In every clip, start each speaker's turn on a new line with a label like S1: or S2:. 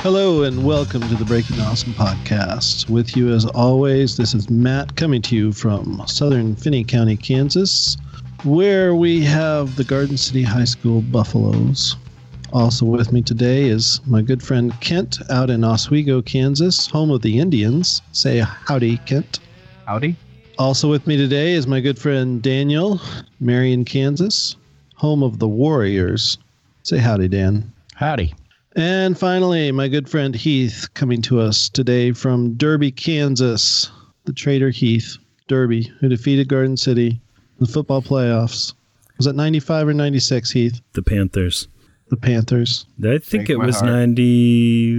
S1: Hello and welcome to the Breaking Awesome podcast. With you as always, this is Matt coming to you from Southern Finney County, Kansas, where we have the Garden City High School Buffaloes. Also with me today is my good friend Kent out in Oswego, Kansas, home of the Indians. Say howdy, Kent.
S2: Howdy.
S1: Also with me today is my good friend Daniel, Marion, Kansas, home of the Warriors. Say howdy, Dan.
S2: Howdy.
S1: And finally, my good friend Heath coming to us today from Derby, Kansas. The traitor Heath, Derby, who defeated Garden City in the football playoffs. Was it 95 or 96, Heath?
S3: the Panthers.
S1: The Panthers.
S3: I think
S2: Break
S3: it
S2: my
S3: was
S2: heart.
S3: ninety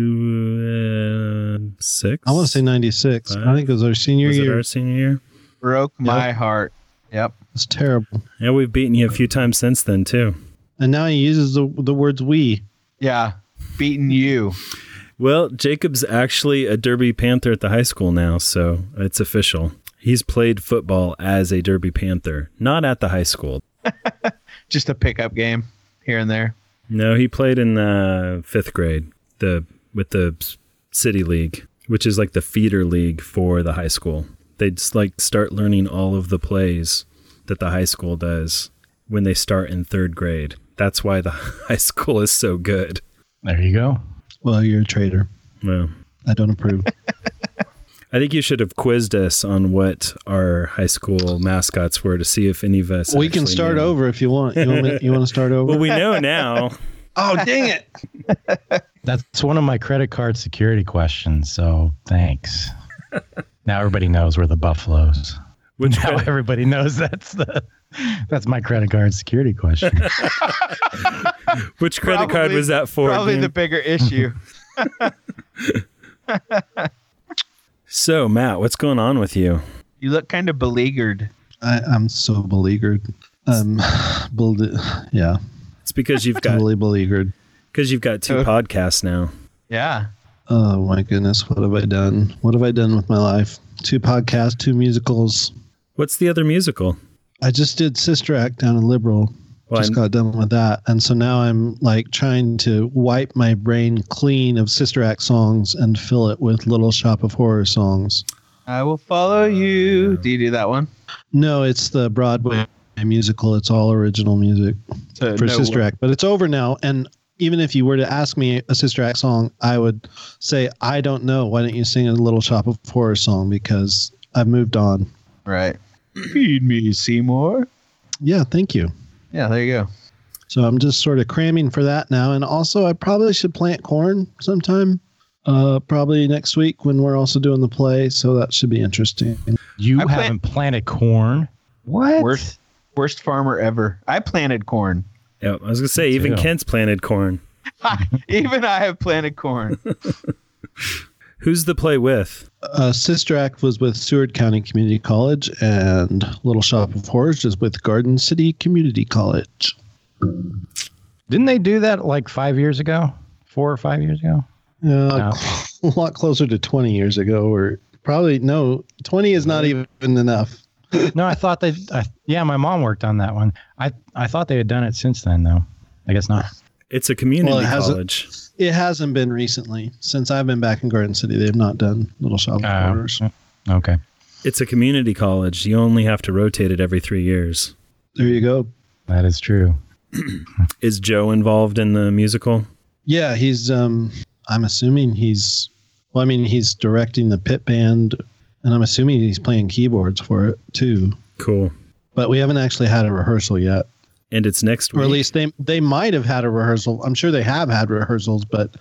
S3: six.
S1: I want to say 96. I
S3: Five?
S1: think it was our senior
S3: was it
S1: year.
S3: our senior year?
S2: Broke my heart. Yep.
S1: It was terrible.
S3: Yeah, we've beaten you a few times since then too.
S1: And now he uses the, the words we.
S2: Yeah. Beating you.
S3: Well, Jacob's actually a Derby Panther at the high school now, so it's official. He's played football as a Derby Panther, not at the high school.
S2: Just a pickup game here and there.
S3: No, he played in the fifth grade, the with the s- city league, which is like the feeder league for the high school. They just like start learning all of the plays that the high school does when they start in third grade. That's why the high school is so good.
S4: There you go.
S1: Well, you're a traitor.
S3: Well,
S1: I don't approve.
S3: I think you should have quizzed us on what our high school mascots were to see if any of us.
S1: we can
S3: actually
S1: start
S3: knew.
S1: over if you want. You want, me, you want to start over?
S3: Well, we know now.
S1: oh, dang it.
S4: That's one of my credit card security questions. So thanks. now everybody knows we're the Buffaloes.
S3: Which
S4: Now everybody knows that's the that's my credit card security question.
S3: which credit card
S2: Probably-
S3: was that for?
S2: Probably
S3: Dean?
S2: the bigger issue.
S3: so, Matt, what's going on with you?
S2: you look kind of beleaguered.
S1: I, I'm so beleaguered. Um, bele- yeah,
S3: It's because you've got
S1: totally beleaguered.
S3: Because you've got two
S1: Uh,
S2: Okay.
S3: podcasts now.
S2: Yeah.
S1: Oh my goodness, what have I done? What have I done with my life? Two podcasts, two musicals.
S3: What's the other musical?
S1: I just did Sister Act down in Liberal.
S3: Well,
S1: just
S3: I'm-
S1: got done with that, and so now I'm like trying to wipe my brain clean of Sister Act songs and fill it with Little Shop of Horror songs.
S2: I will follow you. Do you do that one?
S1: No, it's the Broadway musical. It's all original music
S3: Uh,
S2: So
S1: for
S2: no-
S1: Sister Act, but it's over now. And even if you were to ask me a Sister Act song, I would say I don't know. Why don't you sing a Little Shop of Horror song? Because I've moved on.
S2: Right. Feed me, Seymour.
S1: Yeah, thank you.
S2: Yeah, there you go.
S1: So I'm just sort of cramming for that now. And also, I probably should plant corn sometime. Uh, probably next week when we're also doing the play. So that should be interesting.
S4: You
S2: I plant-
S4: haven't planted corn.
S2: What? Worst worst farmer ever. I planted corn.
S3: yeah, I was gonna say even
S4: too.
S3: Kent's planted corn.
S2: Even I have planted corn.
S3: Who's the play with?
S1: Uh, Sister Act was with Seward County Community College, and Little Shop of Horrors is with Garden City Community College.
S4: Didn't they do that like five years ago? Four or five years ago?
S1: Uh, A lot closer to 20 years ago, or probably no, 20 is not even enough.
S4: No, I thought they. I, yeah, my mom worked on that one. I I thought they had done it since then though. I guess not.
S3: It's a community
S1: Well, it has a-
S3: college.
S1: It hasn't been recently. Since I've been back in Garden City, they've not done Little Shop of
S4: Uh,
S1: Horrors.
S4: Okay.
S3: It's a community college. You only have to rotate it every three years.
S1: There you go.
S4: That is true.
S3: Is Joe involved in the musical?
S1: Yeah, he's. Um, I'm assuming he's. Well, I mean, he's directing the pit band, and I'm assuming he's playing keyboards for it too.
S3: Cool.
S1: But we haven't actually had a rehearsal yet,
S3: And it's next
S1: or
S3: week.
S1: at least they they might have had a rehearsal. I'm sure they have had rehearsals, but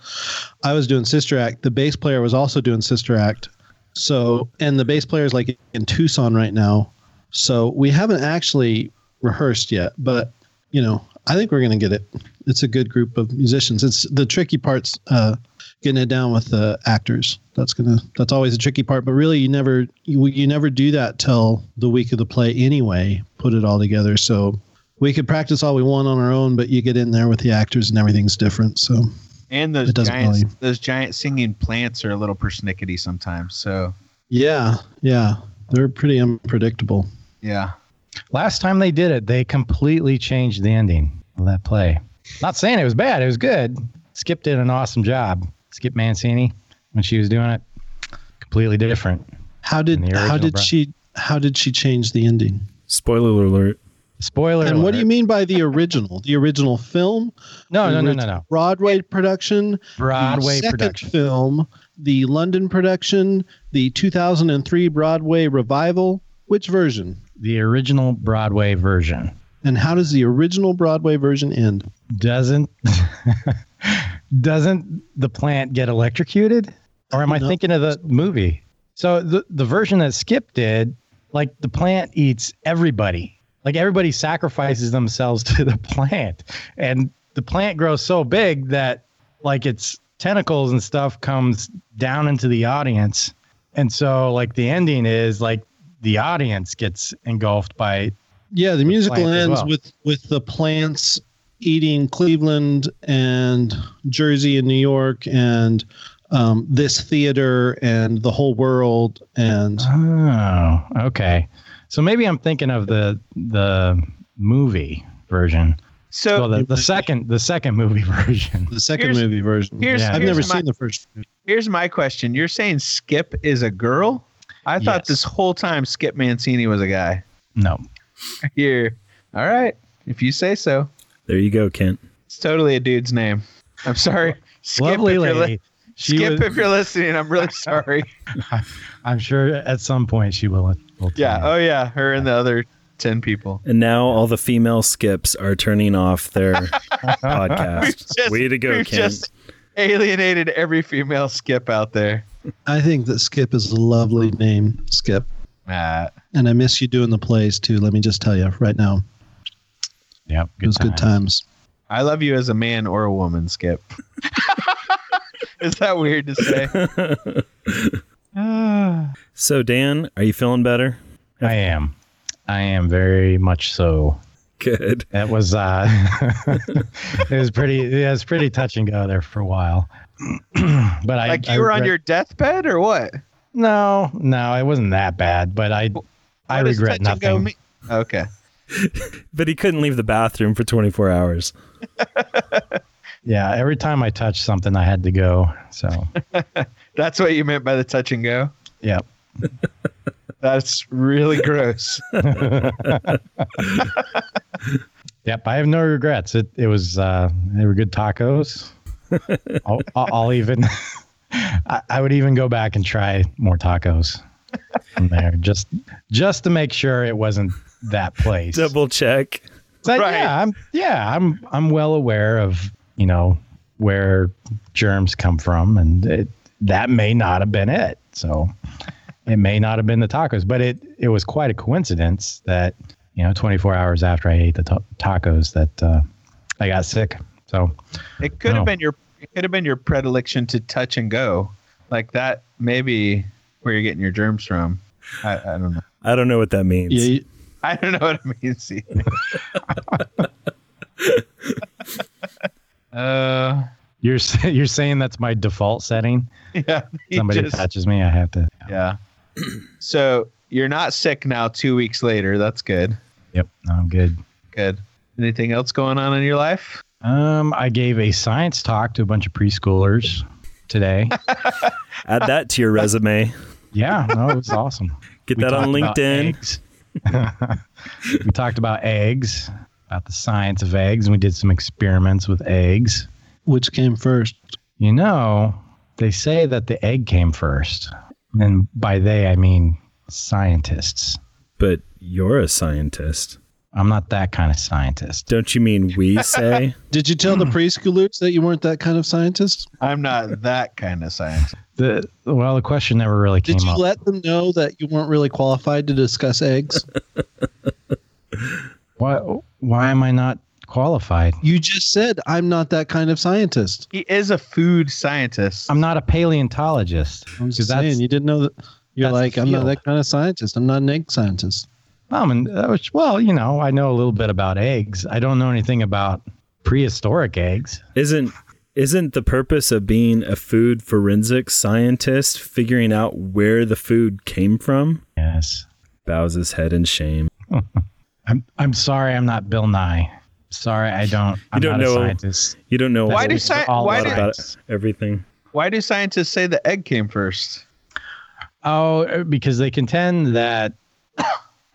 S1: I was doing Sister Act. The bass player was also doing Sister Act. So, and the bass player is like in Tucson right now. So we haven't actually rehearsed yet, but you know, I think we're gonna get it. It's a good group of musicians. It's the tricky part's uh, getting it down with the actors. That's gonna that's always a tricky part. But really, you never you, you never do that till the week of the play anyway. Put it all together. So we could practice all we want on our own, but you get in there with the actors and everything's different. So
S2: And those
S1: It doesn't
S2: giant
S1: really-
S2: those giant singing plants are a little persnickety sometimes. So
S1: yeah, yeah, they're pretty unpredictable.
S2: yeah.
S4: Last time they did it, they completely changed the ending of that play. Not saying it was bad, it was good. Skip did an awesome job. Skip Mancini when she was doing it. Completely different.
S1: How did
S4: In the
S1: how
S4: original
S1: did
S4: Bra-
S1: she how did she change the ending?
S3: Spoiler alert.
S4: Spoiler.
S1: And what do
S4: alert.
S1: you mean by the original? The original film,
S4: No, no,
S1: the
S4: no,
S1: orig-
S4: no, no.
S1: Broadway production, the
S4: Broadway
S1: second
S4: production.
S1: film, the London production, the 2003 Broadway revival. Which version?
S4: The original Broadway version
S1: And how does the original Broadway version end?
S4: doesn't doesn't the plant get electrocuted? Or am I
S1: No.
S4: thinking of the movie? So the the version that Skip did, like the plant eats everybody. Like everybody sacrifices themselves to the plant, and the plant grows so big that like its tentacles and stuff comes down into the audience. And so like the ending is like the audience gets engulfed by
S1: Yeah, the musical
S4: plant as
S1: ends
S4: well.
S1: with with the plants eating Cleveland and Jersey and New York and um, this theater and the whole world and
S4: Uh, Oh, okay. So maybe I'm thinking of the the movie version.
S2: So
S4: Well, the, the second the second movie version.
S1: the second
S2: Here's-
S1: movie version.
S2: here's-
S1: I've
S2: here's
S1: never
S2: my-
S1: seen the first. movie.
S2: here's my question: You're saying Skip is a girl? I thought
S4: Yes.
S2: this whole time Skip Mancini was a guy.
S4: No.
S2: Here, all right, if you say so.
S3: There you go, Kent.
S2: It's totally a dude's name. I'm sorry, Skip.
S4: Lovely
S2: if you're li-
S4: lady. She
S2: Skip,
S4: was,
S2: if you're listening, I'm really sorry.
S4: I'm sure at some point she will. will tell
S2: yeah.
S4: you.
S2: Oh yeah, her and the other ten people.
S3: And now all the female skips are turning off their podcast. Way to go,
S2: we've
S3: Kent.
S2: just alienated every female Skip out there.
S1: I think that Skip is a lovely name, Skip.
S2: Matt.
S1: And I miss you doing the plays too. Let me just tell you right now,
S4: Yep.
S1: it was good times.
S2: I love you as a man or a woman, Skip. Is that weird to say? Ah.
S3: So, Dan, are you feeling better?
S4: I am. I am very much so.
S3: Good.
S4: That was uh it was pretty yeah, it was pretty touch and go there for a while. but I
S2: like
S4: I
S2: you were on
S4: regret-
S2: your deathbed or what?
S4: No, no, it wasn't that bad, but I I
S2: What does
S4: regret
S2: touch and go
S4: nothing.
S2: mean? Okay.
S3: But he couldn't leave the bathroom for 24 hours.
S4: Yeah, every time I touched something, I had to go. So,
S2: That's what you meant by the touch and go?
S4: yeah.
S2: That's really gross.
S4: Yep, I have no regrets. It it was uh, they were good tacos. I'll, I'll I'll even I, I would even go back and try more tacos from there just just to make sure it wasn't that place.
S3: Double check.
S4: So,
S2: Right.
S4: Yeah, I'm yeah, I'm I'm well aware of, you know, where germs come from and it, that may not have been it. So it may not have been the tacos, but it it was quite a coincidence that, you know, 24 hours after I ate the ta tacos that uh, I got sick. So
S2: It could
S4: No.
S2: have been your it could have been your predilection to touch and go. Like that maybe where you're getting your germs from. I, I don't know.
S3: I don't know what that means.
S1: Yeah, you-
S2: I don't know what it means. either. uh,
S4: you're sa- you're saying that's my default setting.
S2: yeah. he
S4: Somebody
S2: just-
S4: touches me, I have to.
S2: Yeah. So you're not sick now. Two weeks later, that's good.
S4: Yep, no, I'm good.
S2: Good. Anything else going on in your life?
S4: Um, I gave a science talk to a bunch of preschoolers today.
S3: Add that to your resume.
S4: yeah, no, it was awesome.
S3: Get
S4: We
S3: that on
S4: talked about
S3: LinkedIn.
S4: eggs. we talked about eggs, about the science of eggs, and we did some experiments with eggs.
S1: which came first?
S4: You know, they say that the egg came first. And by they, I mean scientists.
S3: But you're a scientist.
S4: I'm not that kind of scientist.
S3: Don't you mean we say?
S1: Did you tell the preschoolers that you weren't that kind of scientist?
S2: I'm not that kind of scientist.
S4: The, well, the question never really came
S1: Did you
S4: up.
S1: let them know that you weren't really qualified to discuss eggs?
S4: why, why am I not qualified?
S1: You just said I'm not that kind of scientist.
S2: He is a food scientist.
S4: I'm not a paleontologist.
S1: I'm just
S4: 'Cause that's-
S1: saying you didn't know that. You're
S4: that's
S1: like
S4: the
S1: I'm not
S4: field.
S1: that kind of scientist. I'm not an egg scientist.
S4: Um, and that was, well, you know, I know a little bit about eggs. I don't know anything about prehistoric eggs.
S3: Isn't isn't the purpose of being a food forensic scientist figuring out where the food came from?
S4: Yes.
S3: Bows his head in shame.
S4: I'm I'm sorry I'm not Bill Nye. Sorry, I don't I'm
S3: don't
S4: not
S3: know
S4: a scientist.
S3: You don't know
S2: Why
S3: all
S2: do
S4: That's
S2: sci-
S4: all
S2: why
S4: about
S2: do-
S3: about everything.
S2: Why do scientists say the egg came first?
S4: Oh, because they contend that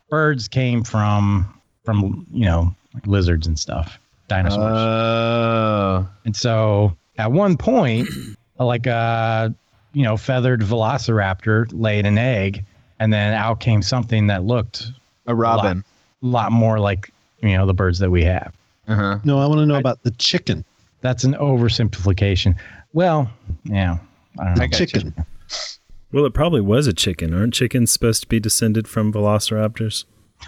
S4: birds came from from you know like lizards and stuff, dinosaurs,
S2: Uh. Oh,
S4: and so at one point, like a you know feathered velociraptor laid an egg, and then out came something that looked
S2: a robin.
S4: a lot more like you know the birds that we have.
S2: Uh huh.
S1: No, I want to know about the chicken.
S4: That's an oversimplification. Well, yeah, I don't know.
S2: I got you.
S1: chicken.
S3: Well, it probably was a chicken. Aren't chickens supposed to be descended from velociraptors?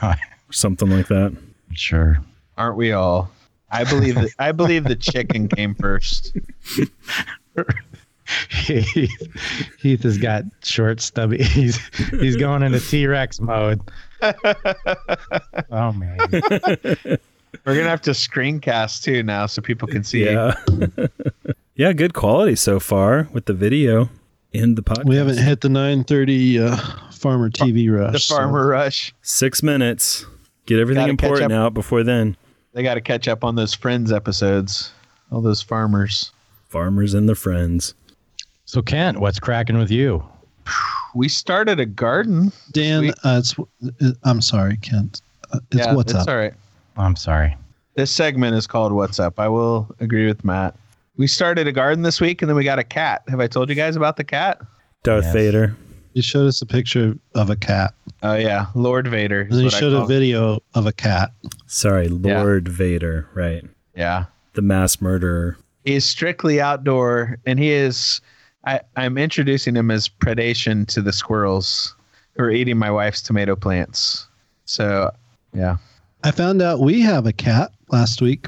S3: Something like that.
S4: sure.
S2: Aren't we all? I believe that I believe the chicken came first.
S4: Heath, Heath has got short, stubby. He's he's going into T Rex mode. oh man,
S2: We're gonna have to screencast too now, so people can see.
S3: Yeah. yeah, good quality so far with the video and the podcast.
S1: We haven't hit the 930 uh, farmer TV rush.
S2: The
S1: so-
S2: farmer rush.
S3: six minutes. Get everything
S2: Gotta catch
S3: important
S2: up.
S3: out before then.
S2: They got to catch up on those Friends episodes. All those farmers.
S3: Farmers and their friends.
S4: so Kent, what's cracking with you?
S2: We started a garden.
S1: Dan,
S2: Sweet.
S1: uh, it's, I'm sorry, Kent. Uh, it's
S2: yeah,
S1: what's
S2: it's
S1: up.
S2: all right.
S4: I'm sorry.
S2: This segment is called "What's Up." I will agree with Matt. We started a garden this week, and then we got a cat. Have I told you guys about the cat?
S3: Darth
S4: Yes.
S3: Vader.
S1: You showed us a picture of a cat.
S2: Oh yeah, Lord Vader.
S1: And
S2: is
S1: then you
S2: what I
S1: showed
S2: call
S1: a
S2: him.
S1: video of a cat.
S3: Sorry,
S2: Yeah.
S3: Lord Vader. Right.
S2: Yeah,
S3: The mass murderer.
S2: he's strictly outdoor, and he is. I, I'm introducing him as predation to the squirrels who are eating my wife's tomato plants. So, yeah,
S1: I found out we have a cat last week.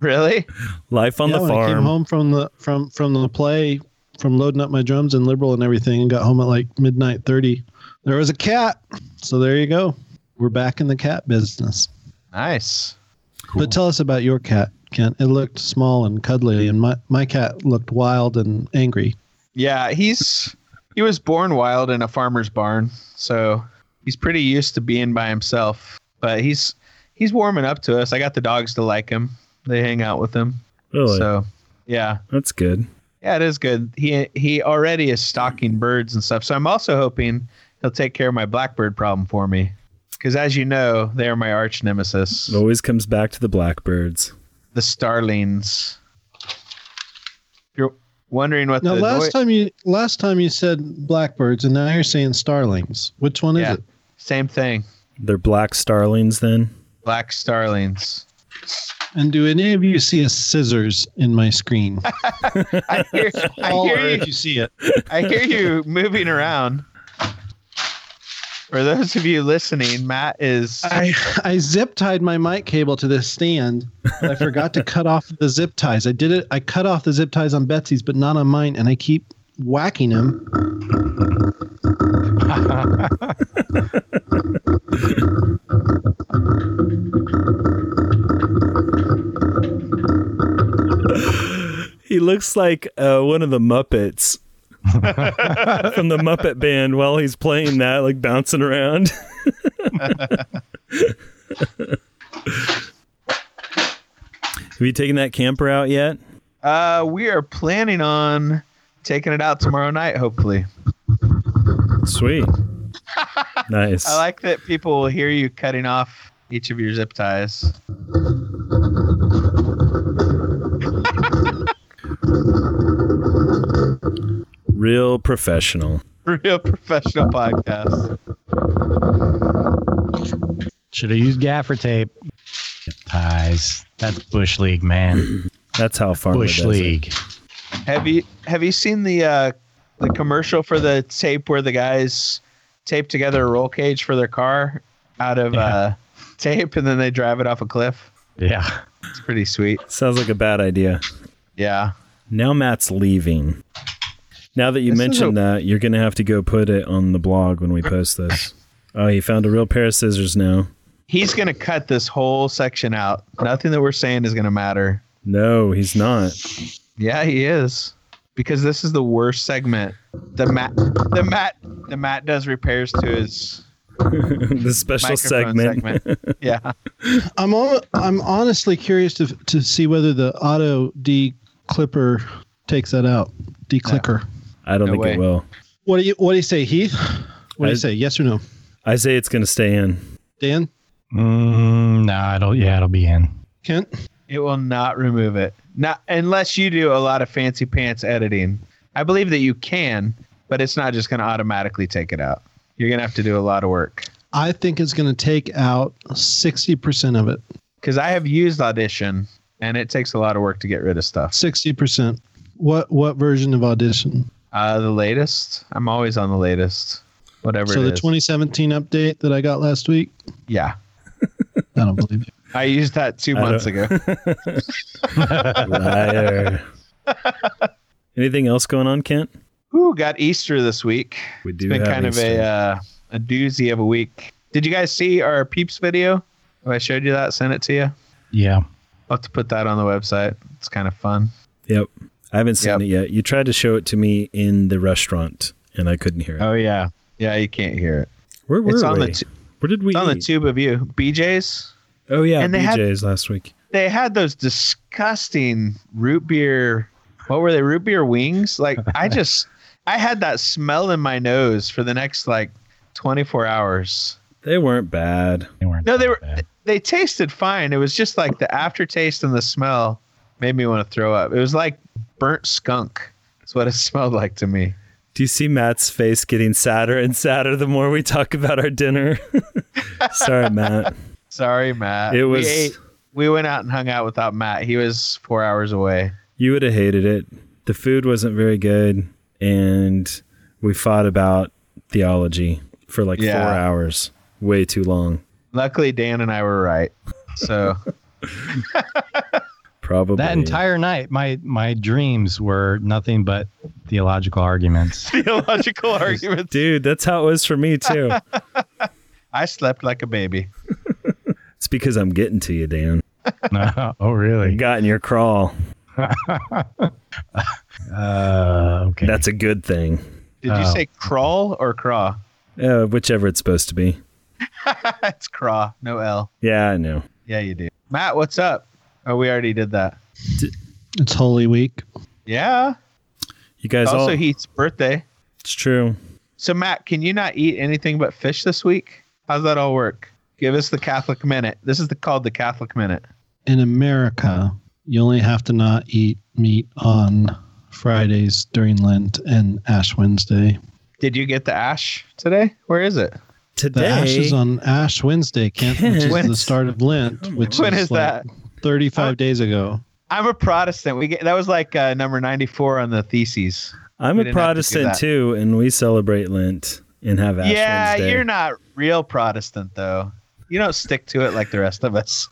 S2: really,
S3: Life on
S1: yeah,
S3: the
S1: when I came
S3: farm.
S1: home from the from from the play, from loading up my drums and liberal and everything, and got home at like midnight thirty. There was a cat, so there you go. We're back in the cat business.
S2: nice.
S1: But tell us about your cat, Kent. It looked small and cuddly, and my my cat looked wild and angry.
S2: Yeah, he's he was born wild in a farmer's barn, so he's pretty used to being by himself. But he's he's warming up to us. I got the dogs to like him. They hang out with him.
S3: Really?
S2: So, yeah.
S3: That's good.
S2: Yeah, it is good. He he already is stalking birds and stuff. So I'm also hoping he'll take care of my blackbird problem for me. Because as you know, they are my arch nemesis,
S3: It always comes back to the blackbirds.
S2: the starlings. If you're wondering what
S1: Now,
S2: the
S1: last
S2: noi-
S1: time you last time you said blackbirds, and now you're saying starlings. Which one
S2: Yeah.
S1: is it?
S2: same thing,
S3: They're black starlings then.
S2: black starlings.
S1: And do any of you see a scissors in my screen?
S2: I hear, I
S1: Call
S2: hear
S1: her
S2: you.
S1: if you see it.
S2: I hear you moving around. For those of you listening, Matt is
S1: I, I zip tied my mic cable to this stand, but I forgot to cut off the zip ties. I did it. I cut off the zip ties on Betsy's, but not on mine, and I keep whacking him.
S3: He looks like uh, one of the Muppets from the Muppet Band while he's playing that, like bouncing around. Have you taken that camper out yet?
S2: uh we are planning on taking it out tomorrow night, hopefully.
S3: Sweet. nice.
S2: I like that people will hear you cutting off each of your zip ties.
S3: Real professional.
S2: Real professional podcast.
S4: Should have used gaffer tape. Ties. That's bush league, man.
S3: That's how farmer
S4: bush
S3: does it.
S4: league.
S2: Have you have you seen the uh the commercial for the tape where the guys tape together a roll cage for their car out of uh tape and then they drive it off a cliff?
S4: Yeah.
S2: It's pretty sweet.
S3: Sounds like a bad idea.
S2: Yeah.
S3: Now Matt's leaving. Now that you
S2: This is
S3: mentioned that, you're going to have to go put it on the blog when we post this. Oh, he found a real pair of scissors now.
S2: He's going to cut this whole section out. Nothing that we're saying is going to matter.
S3: No, he's not.
S2: Yeah, he is. Because this is the worst segment. The Matt the Matt the Matt does repairs to his
S3: the special
S2: microphone
S3: segment.
S2: segment. Yeah.
S1: I'm al- I'm honestly curious to to see whether the auto D clipper takes that out. Declicker.
S3: I don't
S2: No
S3: think
S2: way.
S3: it will.
S1: What do you What do you say, Heath? What do
S3: I-
S1: you say? Yes or no,
S3: I say it's going to stay in.
S1: Dan?
S4: Mm, nah, it'll yeah, it'll be in.
S1: Kent?
S2: It will not remove it. Not unless you do a lot of fancy pants editing. I believe that you can, but it's not just going to automatically take it out. You're going to have to do a lot of work.
S1: I think it's going to take out sixty percent of it.
S2: Cuz I have used Audition and it takes a lot of work to get rid of stuff.
S1: Sixty percent. What What version of Audition?
S2: Uh the latest. I'm always on the latest. Whatever
S1: so
S2: it
S1: the
S2: is.
S1: 2017 update that I got last week.
S2: yeah.
S1: I don't believe you.
S2: I used that 2
S3: I
S2: months
S3: don't-
S2: ago.
S3: Liar. Anything else going on, Kent?
S2: Ooh, got Easter this week.
S3: We do
S2: It's been
S3: have
S2: kind of a
S3: Easter.
S2: uh, a doozy of a week. Did you guys see our peeps video? If I showed you that, sent it to you.
S4: Yeah.
S2: I'll have to put that on the website. It's kind of fun.
S3: Yep. I haven't seen
S2: Yep.
S3: it yet. You tried to show it to me in the restaurant, and I couldn't hear it.
S2: yeah, yeah. You can't hear it.
S3: Where were
S2: Oh. it's
S3: we?
S2: on the t-
S3: Where did we?
S2: It's on the
S3: eat?
S2: tube of you, BJ's.
S3: oh yeah,
S2: and they had-
S3: BJ's last week.
S2: They had those disgusting root beer. What were they? Root beer wings. Like I just, I had that smell in my nose for the next like 24 hours.
S3: They weren't bad.
S4: They weren't
S2: No, they
S4: that
S2: were.
S4: bad.
S2: They tasted fine. It was just like the aftertaste and the smell made me want to throw up. It was like burnt skunk. That's what it smelled like to me.
S3: Do you see Matt's face getting sadder and sadder the more we talk about our dinner? Sorry, Matt.
S2: Sorry, Matt.
S3: It
S2: We
S3: was-
S2: ate- we went out and hung out without Matt. He was four hours away.
S3: You would have hated it. The food wasn't very good, and we fought about theology for like
S2: Yeah.
S3: four hours. Way too long.
S2: Luckily, Dan and I were right. So
S3: Probably
S4: That entire night, my my dreams were nothing but theological arguments.
S2: theological arguments.
S3: dude. That's how it was for me too.
S2: I slept like a baby.
S3: it's because I'm getting to you, Dan.
S4: oh, really?
S3: Got in your crawl.
S4: Uh, okay.
S3: That's a good thing.
S2: Did you
S4: Oh.
S2: say crawl or craw?
S3: Uh, whichever it's supposed to be.
S2: it's craw, no L.
S3: Yeah, I know.
S2: Yeah, you do. Matt, what's up? Oh, we already did that.
S1: It's Holy Week.
S2: Yeah.
S3: You guys
S2: also,
S3: all.
S2: Heath's birthday.
S3: it's true.
S2: So, Matt, can you not eat anything but fish this week? How's that all work? Give us the Catholic minute. This is the, called the Catholic minute.
S1: In America, you only have to not eat meat on Fridays during Lent and Ash Wednesday.
S2: Did you get the ash today? Where is it?
S1: The
S3: Today.
S1: ash is on Ash Wednesday, Kent, which is
S2: When-
S1: the start of Lent, which
S2: When
S1: is,
S2: is
S1: like
S2: that?
S1: 35 days ago.
S2: I'm a Protestant. We get, that was like uh, number 94 on the theses.
S3: I'm
S2: We
S3: a
S2: didn't have to do
S3: Protestant
S2: that.
S3: too, and we celebrate Lent and have Ash
S2: yeah,
S3: Wednesday.
S2: you're not real Protestant though. You don't stick to it like the rest of us.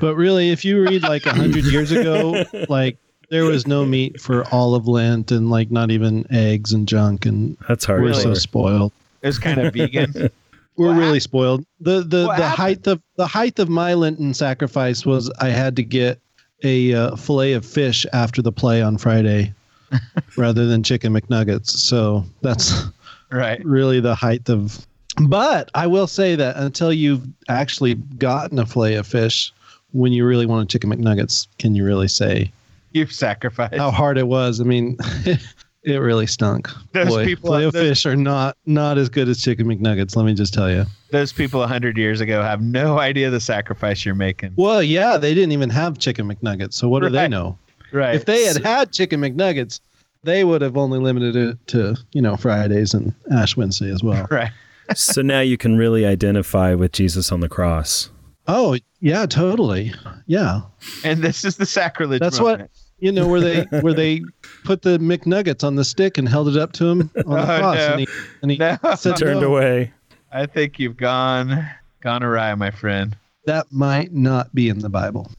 S1: But really, if you read like 100 years ago, like there was no meat for all of Lent and like not even eggs and junk. And
S3: That's
S2: Oh,
S3: hard.
S1: we're so
S3: work.
S1: spoiled.
S2: It was kind of vegan.
S1: We're
S2: What
S1: really spoiled. The the,
S2: What
S1: the
S2: happened?
S1: height of the height of my Lenten sacrifice was I had to get a uh, fillet of fish after the play on Friday, rather than chicken McNuggets. So that's
S2: Right.
S1: really the height of. But I will say that until you've actually gotten a fillet of fish, when you really want a chicken McNuggets, can you really say
S2: You've sacrificed.
S1: how hard it was? I mean, it really stunk.
S2: Those
S1: Boy,
S2: people-
S1: fillet of
S2: those-
S1: fish are not not as good as chicken McNuggets. Let me just tell you.
S2: Those people 100 years ago have no idea the sacrifice you're making.
S1: Well, yeah, they didn't even have chicken McNuggets, so what do they
S2: Right.
S1: know?
S2: Right.
S1: If they had had chicken McNuggets, they would have only limited it to you know Fridays and Ash Wednesday as well.
S2: right.
S3: so now you can really identify with Jesus on the cross.
S1: Oh yeah, totally. Yeah,
S2: And this is the sacrilege.
S1: that's what you know where they where they put the McNuggets on the stick and held it up to him on the
S2: Oh,
S1: cross,
S2: no.
S1: and he and he
S2: No.
S1: said,
S3: Turned
S1: "No,
S3: away.
S2: I think you've gone gone awry, my friend.
S1: That might not be in the Bible.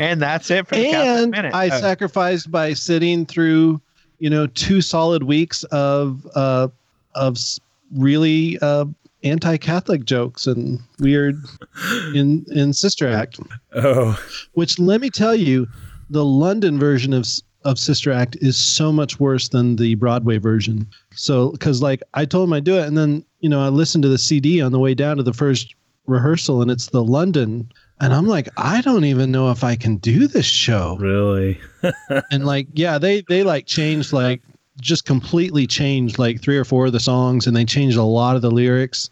S2: And that's it for the Catholic
S1: and
S2: minute.
S1: I
S2: Oh,
S1: sacrificed by sitting through, you know, two solid weeks of uh, of s- really uh, anti-Catholic jokes and weird in in Sister Act.
S3: Oh,
S1: Which let me tell you, the London version of s- of Sister Act is so much worse than the Broadway version. So because like I told him I do it, and then you know I listened to the CD on the way down to the first rehearsal, and it's the London And I'm like, I don't even know if I can do this show.
S3: Really?
S1: And like, yeah, they they like changed like just completely changed like three or four of the songs, and they changed a lot of the lyrics.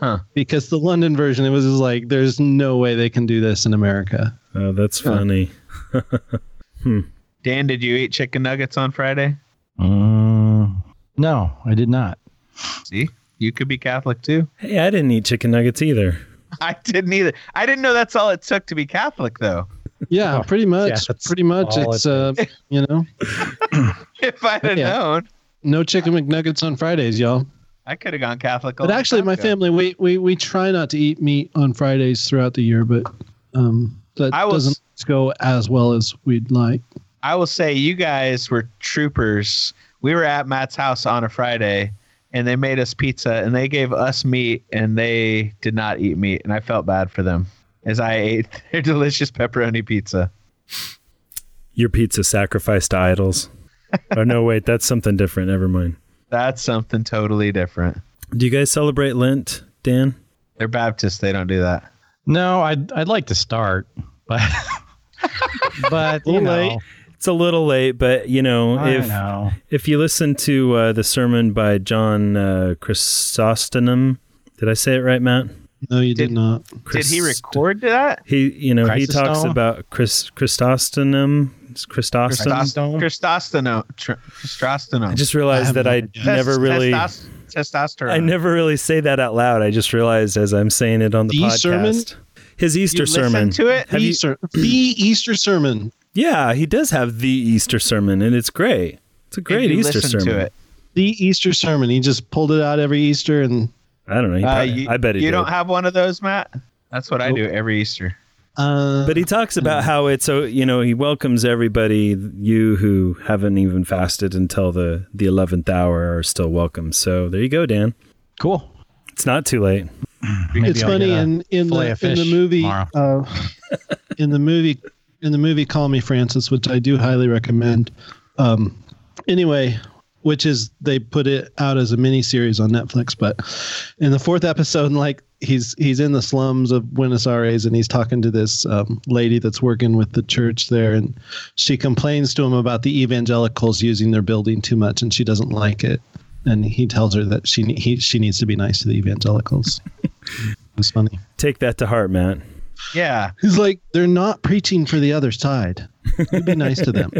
S2: Huh.
S1: Because the London version, it was just like, there's no way they can do this in America.
S3: Oh, that's
S2: Huh.
S3: funny.
S2: Dan, did you eat chicken nuggets on Friday?
S4: Mm, no, I did not.
S2: See, you could be Catholic too.
S3: Hey, I didn't eat chicken nuggets either.
S2: I didn't either. I didn't know that's all it took to be Catholic, though.
S1: Yeah,
S4: Oh,
S1: pretty much.
S4: yeah, that's
S1: pretty much.
S4: all
S1: It's
S4: it
S1: uh, you know,
S2: If I'd have
S1: Yeah.
S2: known,
S1: no chicken McNuggets on Fridays, y'all.
S2: I could have gone Catholic. a
S1: But
S2: long
S1: actually,
S2: time
S1: my
S2: ago.
S1: family we, we we try not to eat meat on Fridays throughout the year, but um, that
S2: I was-
S1: doesn't go as well as we'd like.
S2: I will say you guys were troopers. We were at Matt's house on a Friday and they made us pizza and they gave us meat and they did not eat meat and I felt bad for them as I ate their delicious pepperoni pizza.
S3: Your pizza sacrificed to idols. oh no, wait, that's something different. Never mind.
S2: That's something totally different.
S3: Do you guys celebrate Lent, Dan?
S2: They're Baptists, they don't do that.
S4: No, I'd I'd like to start, but but you know,
S3: late. It's a little late, but you know,
S4: I
S3: if
S4: know.
S3: if you listen to uh, the sermon by John uh, Chrysostom, did I say it right, Matt?
S1: No, you did,
S2: Did-
S1: not.
S2: Did he
S3: Christ-
S2: record that?
S3: He, you know, he talks
S4: Chrysostom?
S3: about Chris, Christostom. Christostom.
S4: Christostom?
S2: Christostono. Tr-
S3: I
S2: Christostono.
S3: just realized
S1: I
S3: that I
S1: have no idea.
S3: never really,
S2: Testos- testosterone.
S3: I never really say that out loud. I just realized as I'm saying it on the,
S1: The
S3: podcast.
S1: sermon?
S3: His Easter
S2: you
S3: sermon.
S2: listened to it?
S1: The,
S3: Have you-
S1: ser- the Easter sermon.
S3: Yeah, he does have the Easter sermon, and it's great. It's a
S2: Did
S3: great
S2: you
S3: Easter
S2: listen
S3: sermon.
S2: To it?
S1: The Easter sermon. He just pulled it out every Easter, and
S3: I don't know. He
S2: Uh,
S3: probably-
S2: you,
S3: I bet he
S2: you
S3: did.
S2: don't have one of those, Matt. That's what I
S1: Nope.
S2: do every Easter.
S1: uh,
S3: But he
S2: Hmm.
S3: talks about how it's so you know he welcomes everybody you who haven't even fasted until the the eleventh hour are still welcome. So there you go, Dan.
S4: Cool.
S3: It's not too late.
S4: Maybe
S1: it's
S4: I'll
S1: funny
S4: get a
S1: in in
S4: fillet
S1: the
S4: of
S1: in the
S4: fish
S1: movie
S4: tomorrow.
S1: uh, in the movie in the movie Call Me Francis, which I do highly recommend. Um, anyway, which is they put it out as a mini series on Netflix, but in the fourth episode, like he's he's in the slums of Buenos Aires and he's talking to this um, lady that's working with the church there, and she complains to him about the evangelicals using their building too much, and she doesn't like it. And he tells her that she ne- he, she needs to be nice to the evangelicals. It's funny.
S3: Take that to heart, Matt.
S2: Yeah.
S1: He's like, they're not preaching for the other side. You'd be nice to them.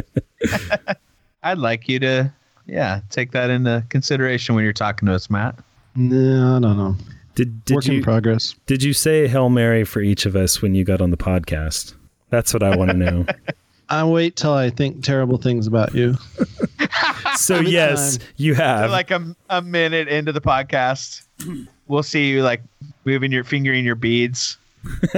S2: I'd like you to, yeah, take that into consideration when you're talking to us, Matt.
S1: No, I don't know.
S3: Did did
S1: Work in
S3: you
S1: progress.
S3: did you say Hail Mary for each of us when you got on the podcast? That's what I want to know.
S1: I wait till I think terrible things about you.
S3: so yes,
S1: time.
S3: you have.
S2: like a, a minute into the podcast, we'll see you like moving your finger in your beads.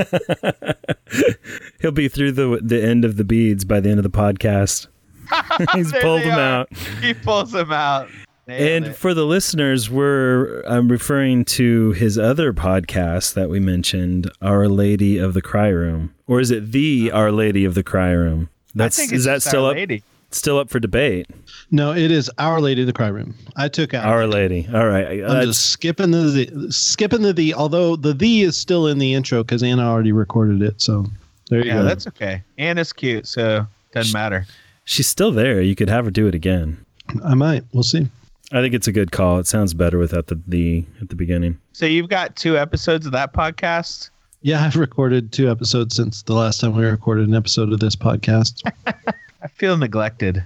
S3: He'll be through the the end of the beads by the end of the podcast. He's
S2: There
S3: pulled
S2: they
S3: them
S2: are.
S3: out.
S2: He pulls them out. Nailed
S3: And
S2: it.
S3: for the listeners, we're I'm referring to his other podcast that we mentioned, Our Lady of the Cry Room, or is it the Our Lady of the Cry Room? That's
S2: I think it's
S3: is that
S2: just
S3: still
S2: Our
S3: up
S2: Lady.
S3: still up for debate?
S1: No, it is Our Lady of the Cry Room. I took out.
S3: Our Lady. All
S1: I'm
S3: right, That's-
S1: just skipping the, the skipping the the. Although the the is still in the intro because Anna already recorded it. So there you
S2: Yeah,
S1: go.
S2: that's okay. Anna's cute, so doesn't matter.
S3: she's still there. You could have her do it again.
S1: I might. We'll see.
S3: I think it's a good call. It sounds better without the the at the beginning.
S2: So you've got two episodes of that podcast.
S1: Yeah, I've recorded two episodes since the last time we recorded an episode of this podcast.
S2: I feel neglected.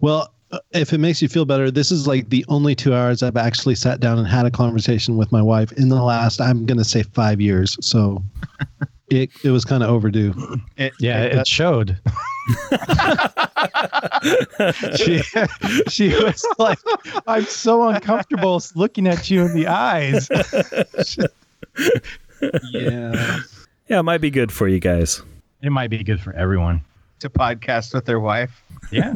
S1: Well, uh, if it makes you feel better, this is like the only two hours I've actually sat down and had a conversation with my wife in the last, I'm going to say five years. So it, it was kind of overdue.
S2: It,
S4: Yeah,
S2: it-
S4: it showed. she, she was like, I'm so uncomfortable looking at you in the eyes.
S1: Yeah.
S3: Yeah, it might be good for you guys.
S4: It might be good for everyone.
S2: to podcast with their wife.
S4: Yeah.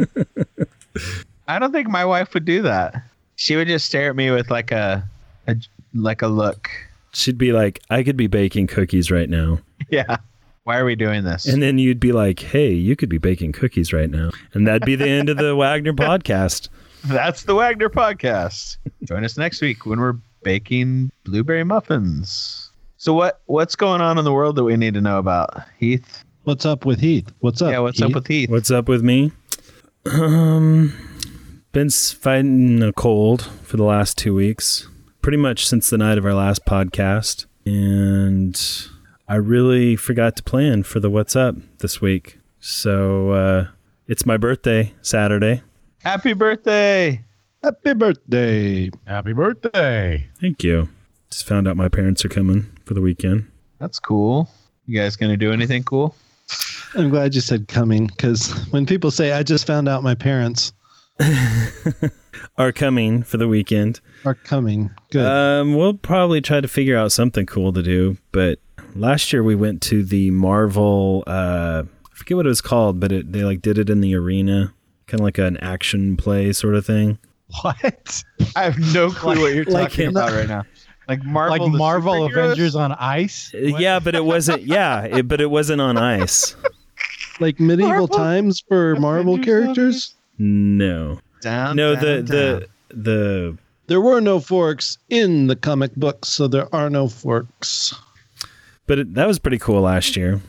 S2: I don't think my wife would do that. She would just stare at me with like a, a like a look.
S3: She'd be like, I could be baking cookies right now.
S2: Yeah. Why are we doing this?
S3: And then you'd be like, hey, you could be baking cookies right now. And that'd be the end of the Wagner podcast.
S2: That's the Wagner podcast. Join us next week when we're baking blueberry muffins. So what what's going on in the world that we need to know about, Heath?
S1: What's up with Heath? What's up?
S2: yeah, what's up
S1: Heath?
S2: with Heath?
S3: What's up with me? Um, been s- fighting a cold for the last two weeks, pretty much since the night of our last podcast, and I really forgot to plan for the what's up this week. So uh, it's my birthday Saturday.
S2: Happy birthday!
S1: Happy birthday.
S4: Happy birthday.
S3: Thank you. Just found out my parents are coming for the weekend.
S2: That's cool. You guys gonna do anything cool?
S1: I'm glad you said coming because when people say, I just found out my parents
S3: Are coming for the weekend.
S1: are coming, good.
S2: Uh,
S3: Um, we'll probably try to figure out something cool to do. But last year we went to the Marvel. Uh, I forget what it was called, but it, they like did it in the arena, kind of like an action play sort of thing.
S4: What?
S2: I have no clue what you're
S3: Like
S2: talking
S3: him.
S2: about right now. Like Marvel,
S4: Like
S2: the
S4: Marvel
S2: superheroes?
S4: Avengers on ice?
S3: Uh, Yeah, but it wasn't. Yeah, it, but it wasn't on ice.
S1: like medieval
S2: Marvel?
S1: times for Marvel
S2: Avengers
S1: characters,
S3: No,
S2: Down,
S3: no.
S2: down,
S3: The
S2: down.
S3: the the
S1: there were no forks in the comic books, so there are no forks.
S3: but it, that was pretty cool last year.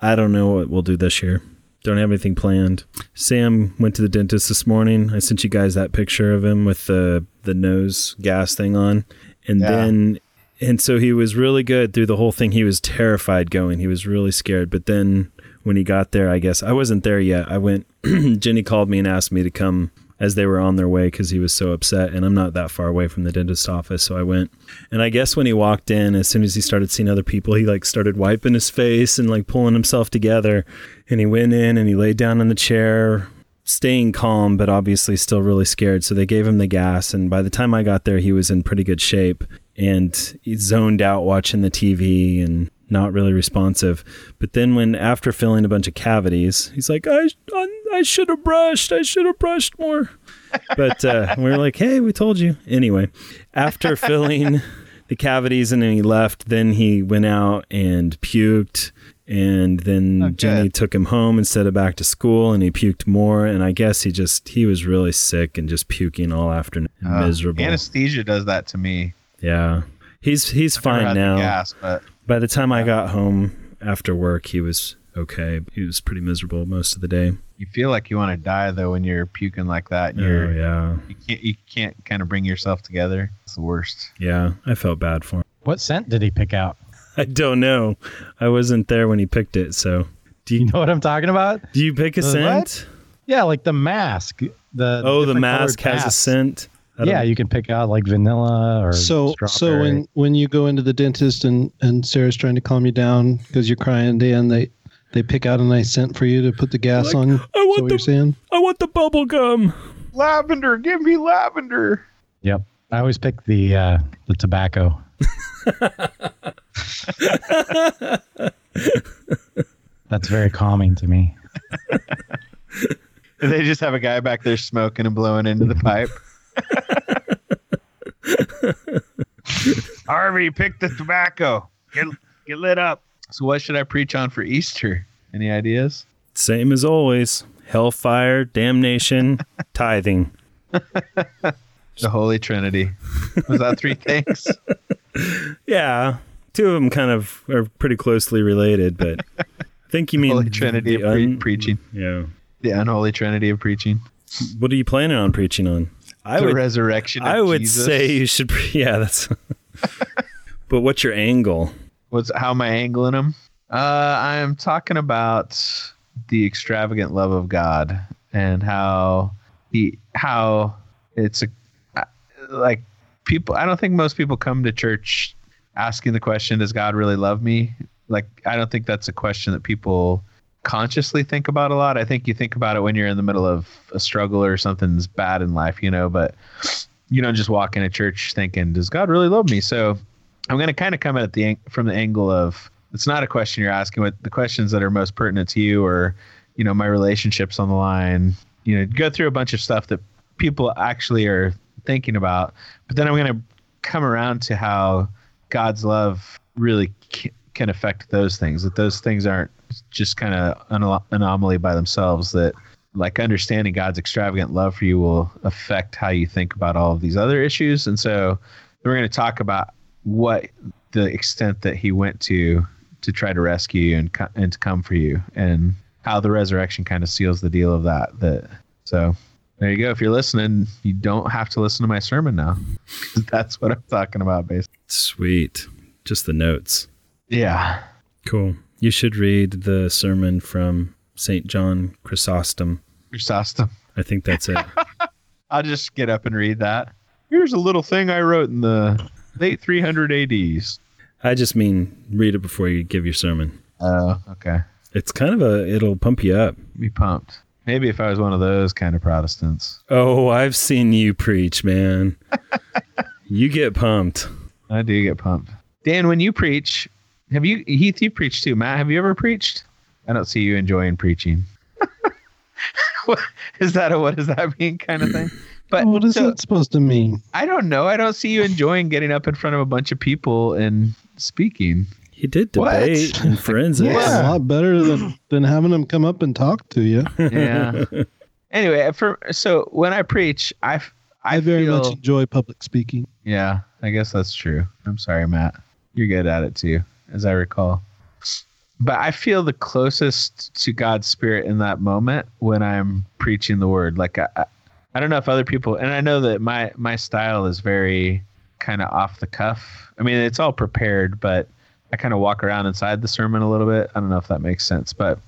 S3: I don't know what we'll do this year. Don't have anything planned. Sam went to the dentist this morning. I sent you guys that picture of him with the the nose gas thing on, and
S2: Yeah.
S3: then and so he was really good through the whole thing. He was terrified going. He was really scared. But then when he got there, I guess I wasn't there yet. I went. Jenny called me and asked me to come as they were on their way because he was so upset. And I'm not that far away from the dentist's office, so I went. And I guess when he walked in, as soon as he started seeing other people, he like started wiping his face and like pulling himself together. And he went in and he laid down in the chair, staying calm, but obviously still really scared. So they gave him the gas. And by the time I got there, he was in pretty good shape and he zoned out watching the TV and not really responsive. But then when after filling a bunch of cavities, he's like, I, I, I should have brushed. I should have brushed more. But uh, we were like, hey, we told you. Anyway, after filling the cavities and then he left, then he went out and puked. And then
S2: Oh,
S3: Jenny took him home instead of back to school, and he puked more. And I guess he just he was really sick and just puking all afternoon,
S2: Uh,
S3: miserable.
S2: Anesthesia does that to me.
S3: Yeah. He's he's
S2: Never
S3: fine
S2: had the
S3: now.
S2: Gas, but
S3: By the time I got home after work, he was okay. He was pretty miserable most of the day.
S2: you feel like you want to die though when you're puking like that. And you're
S3: Oh, yeah.
S2: you can't you can't kind of bring yourself together. It's the worst.
S3: Yeah, I felt bad for him.
S4: What scent did he pick out?
S3: I don't know. I wasn't there when he picked it, so do
S4: You
S3: you
S4: know what I'm talking about?
S3: do you pick a
S4: The what?
S3: scent?
S4: Yeah, like the mask. The
S3: Oh, the
S4: different
S3: mask
S4: colored
S3: has a
S4: masks.
S3: scent. I don't-
S4: Yeah, you can pick out like vanilla or
S1: So, so
S4: strawberry.
S1: when when you go into the dentist and and Sarah's trying to calm you down because you're crying, Dan, they they pick out a nice scent for you to put the gas on. Is that
S3: want
S1: what you're
S3: the-
S1: saying?
S3: I want the bubble gum.
S2: Lavender, give me lavender.
S4: Yep. I always pick the uh, the tobacco. That's very calming to me.
S2: They just have a guy back there smoking and blowing into the pipe. Harvey, pick the tobacco. Get get lit up. So what should I preach on for Easter? Any ideas?
S3: Same as always. Hellfire, damnation, tithing.
S2: The Holy Trinity. Was that three things?
S3: Yeah, two of them kind of are pretty closely related, but I think you mean
S2: Holy Trinity
S3: the
S2: of pre-
S3: un-
S2: preaching.
S3: Yeah.
S2: The unholy Trinity of preaching.
S3: What are you planning on preaching on? I
S2: the
S3: would
S2: resurrection. Of
S3: I would
S2: Jesus.
S3: say you should pre- yeah, that's But what's your angle?
S2: What's how am I angling them? Uh, I am talking about the extravagant love of God and how he how it's a I- like people. I don't think most people come to church asking the question, "Does God really love me?" Like I don't think that's a question that people consciously think about a lot. I think you think about it when you're in the middle of a struggle or something's bad in life, you know. But you don't just walk into church thinking, "Does God really love me?" So I'm going to kind of come at it the ang- from the angle of it's not a question you're asking, but the questions that are most pertinent to you, or you know, my relationships on the line. You know, go through a bunch of stuff that people actually are thinking about. But then I'm going to come around to how God's love really ca- can affect those things. That those things aren't just kind of an anomaly by themselves. That like understanding God's extravagant love for you will affect how you think about all of these other issues. And so we're going to talk about what the extent that he went to to try to rescue you and co- and to come for you, and how the resurrection kind of seals the deal of that. That so there you go. If you're listening, you don't have to listen to my sermon now. That's what I'm talking about, basically.
S3: Sweet. Just the notes.
S2: Yeah.
S3: Cool. You should read the sermon from St. John Chrysostom.
S2: Chrysostom.
S3: I think that's it.
S2: I'll just get up and read that. Here's a little thing I wrote in the late 300 ADs.
S3: I just mean read it before you give your sermon.
S2: Oh, okay.
S3: It's kind of a, it'll pump you up.
S2: Be pumped. Maybe if I was one of those kind of Protestants.
S3: Oh, I've seen you preach, man. you get pumped.
S2: I do get pumped. Dan, when you preach, have you, Heath, you preach too. Matt, have you ever preached? I don't see you enjoying preaching. What- Is that a what does that mean kind of thing? But
S1: Oh, what is
S2: so-
S1: that supposed to mean?
S2: I don't know. I don't see you enjoying getting up in front of a bunch of people and speaking.
S3: He did
S2: What?
S3: debate and forensics.
S2: Yeah.
S1: It's a lot better than, than having them come up and talk to you.
S2: Yeah. anyway, for so when I preach, I f- I,
S1: I, very
S2: feel,
S1: much enjoy public speaking.
S2: Yeah, I guess that's true. I'm sorry, Matt. You're good at it too, as I recall. But I feel the closest to God's spirit in that moment when I'm preaching the word. Like I, I, I don't know if other people, and I know that my my style is very kind of off the cuff. I mean, it's all prepared, but I kind of walk around inside the sermon a little bit. I don't know if that makes sense, but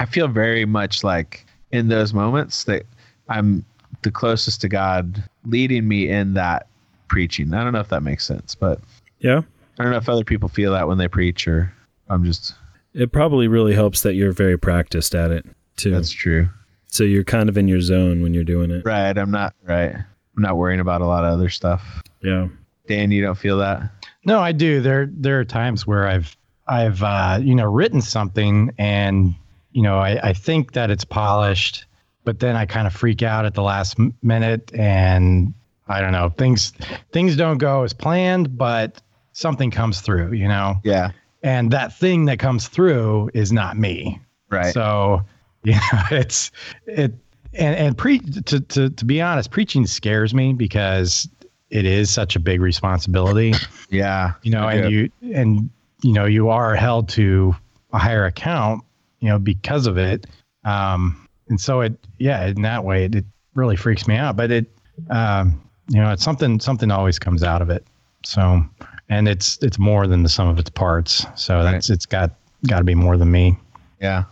S2: I feel very much like in those moments that I'm the closest to God leading me in that preaching. I don't know if that makes sense, but
S3: yeah.
S2: I don't know if other people feel that when they preach or I'm just
S3: It probably really helps that you're very practiced at it, too.
S2: that's true.
S3: so you're kind of in your zone when you're doing it.
S2: Right. I'm not right. I'm not worrying about a lot of other stuff.
S3: Yeah.
S2: Dan, you don't feel that?
S4: No, I do. There there are times where I've I've uh, you know written something and you know I, I think that it's polished, but then I kind of freak out at the last m- minute and I don't know things things don't go as planned, but something comes through, you know,
S2: Yeah.
S4: and that thing that comes through is not me.
S2: Right.
S4: So you know it's it and and pre to to to be honest, preaching scares me because it is such a big responsibility
S2: yeah.
S4: you know,
S2: I
S4: and
S2: do.
S4: you and you know you are held to a higher account, you know, because of it. Um, and so it, yeah, in that way, it, it really freaks me out. But it, um, you know, it's something something always comes out of it. So, and it's it's more than the sum of its parts. So that's it's got got to be more than me.
S2: Yeah.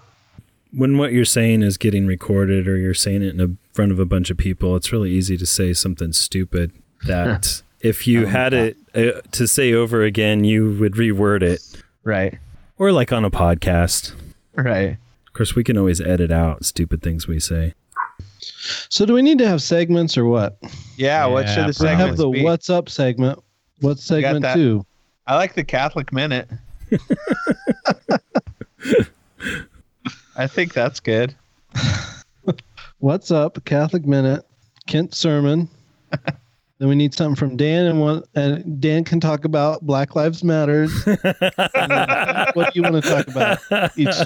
S3: When what you're saying is getting recorded or you're saying it in a, front of a bunch of people, it's really easy to say something stupid that if you had it uh, to say over again, you would reword it.
S2: Right.
S3: Or like on a podcast.
S2: Right.
S3: Of course, we can always edit out stupid things we say.
S1: So, do we need to have segments or what?
S2: Yeah, what
S4: Yeah,
S2: should the
S1: I
S4: probably.
S2: segment
S1: have the
S2: be?
S1: what's up segment. What's
S2: got
S1: segment
S2: that.
S1: two?
S2: I like the Catholic minute. I think that's good.
S1: What's up? Catholic minute. Kent sermon. then we need something from Dan, and one and Dan can talk about Black Lives Matters. what do you want to talk about? Each,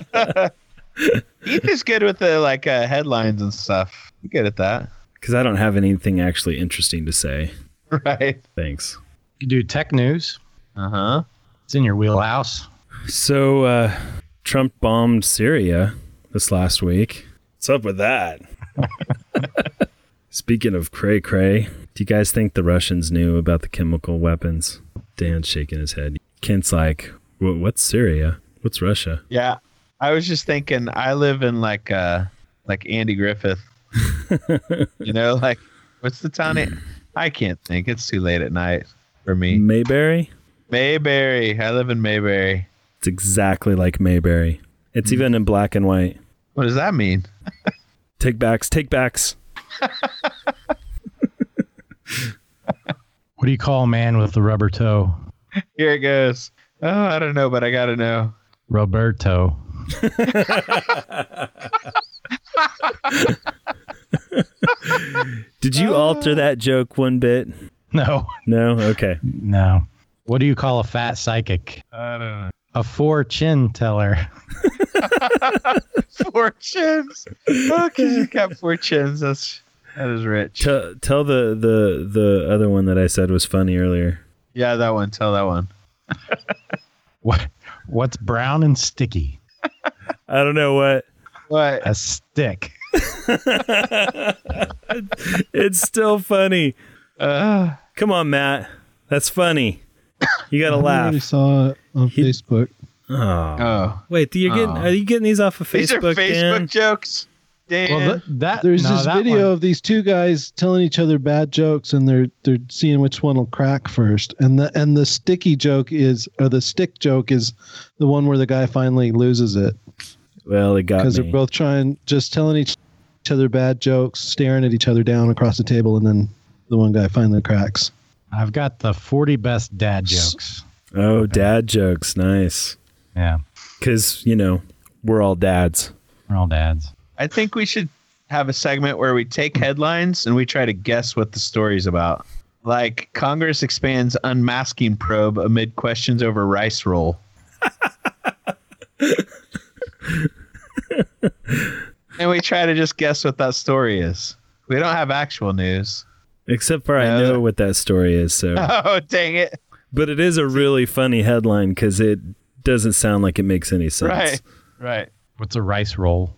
S2: Heath is good with the like uh, headlines and stuff. You good at that,
S3: Because I don't have anything actually interesting to say.
S2: right?
S3: Thanks.
S4: You do tech news.
S2: Uh huh.
S4: It's in your wheelhouse.
S3: So, uh, Trump bombed Syria this last week. What's up with that? Speaking of cray cray, do you guys think the Russians knew about the chemical weapons? Dan's shaking his head. Kent's like, "Wha- "What's Syria? What's Russia?"
S2: Yeah, I was just thinking. I live in like uh like Andy Griffith. you know, like what's the town? name? I can't think. It's too late at night for
S3: Mm.
S2: me.
S3: Mayberry.
S2: Mayberry. I live in Mayberry.
S3: It's exactly like Mayberry. It's even in black and white.
S2: What does that mean?
S3: Take backs, take backs.
S4: What do you call a man with the rubber toe?
S2: Here it goes. Oh, I don't know, but I gotta know.
S4: Roberto.
S3: Did you alter that joke one bit?
S4: No,
S3: No. Okay.
S4: no. What do you call a fat psychic?
S2: I don't know.
S4: A four chin teller.
S2: Fortunes. Oh, 'cause you got fortunes. That's that is rich.
S3: Tell tell the the the other one that I said was funny earlier.
S2: Yeah, that one. Tell that one.
S4: What? What's brown and sticky?
S3: I don't know what.
S2: What?
S4: A stick.
S3: It's still funny.
S2: Uh,
S3: Come on, Matt. That's funny. You gotta
S1: I already
S3: laugh.
S1: saw it on
S3: He-
S1: Facebook.
S3: Oh.
S2: oh.
S3: Wait, do you getting?
S2: Oh.
S3: Are you getting these off of
S2: These are
S3: Facebook?
S2: Facebook
S3: Dan?
S2: jokes. Dan.
S4: Well, th- that
S1: There's
S4: no,
S1: this
S4: that
S1: video
S4: one-
S1: of these two guys telling each other bad jokes, and they're they're seeing which one will crack first. And the and the sticky joke is, or the stick joke is, the one where the guy finally loses it
S3: Well, it got
S1: because
S3: me.
S1: they're both trying, just telling each, each other bad jokes, staring at each other down across the table, and then the one guy finally cracks.
S4: I've got the 40 best dad jokes.
S3: oh, dad jokes. Nice.
S4: Yeah,
S3: Because you know we're all dads.
S4: we're all dads.
S2: I think we should have a segment where we take headlines and we try to guess what the story's about. Like Congress expands unmasking probe amid questions over rice roll. and we try to just guess what that story is. We don't have actual news.
S3: Except for I
S2: Yeah,
S3: know
S2: that-
S3: what that story is. So,
S2: Oh, dang it.
S3: but it is a really funny headline because it doesn't sound like it makes any sense.
S2: Right. Right.
S4: What's a rice roll?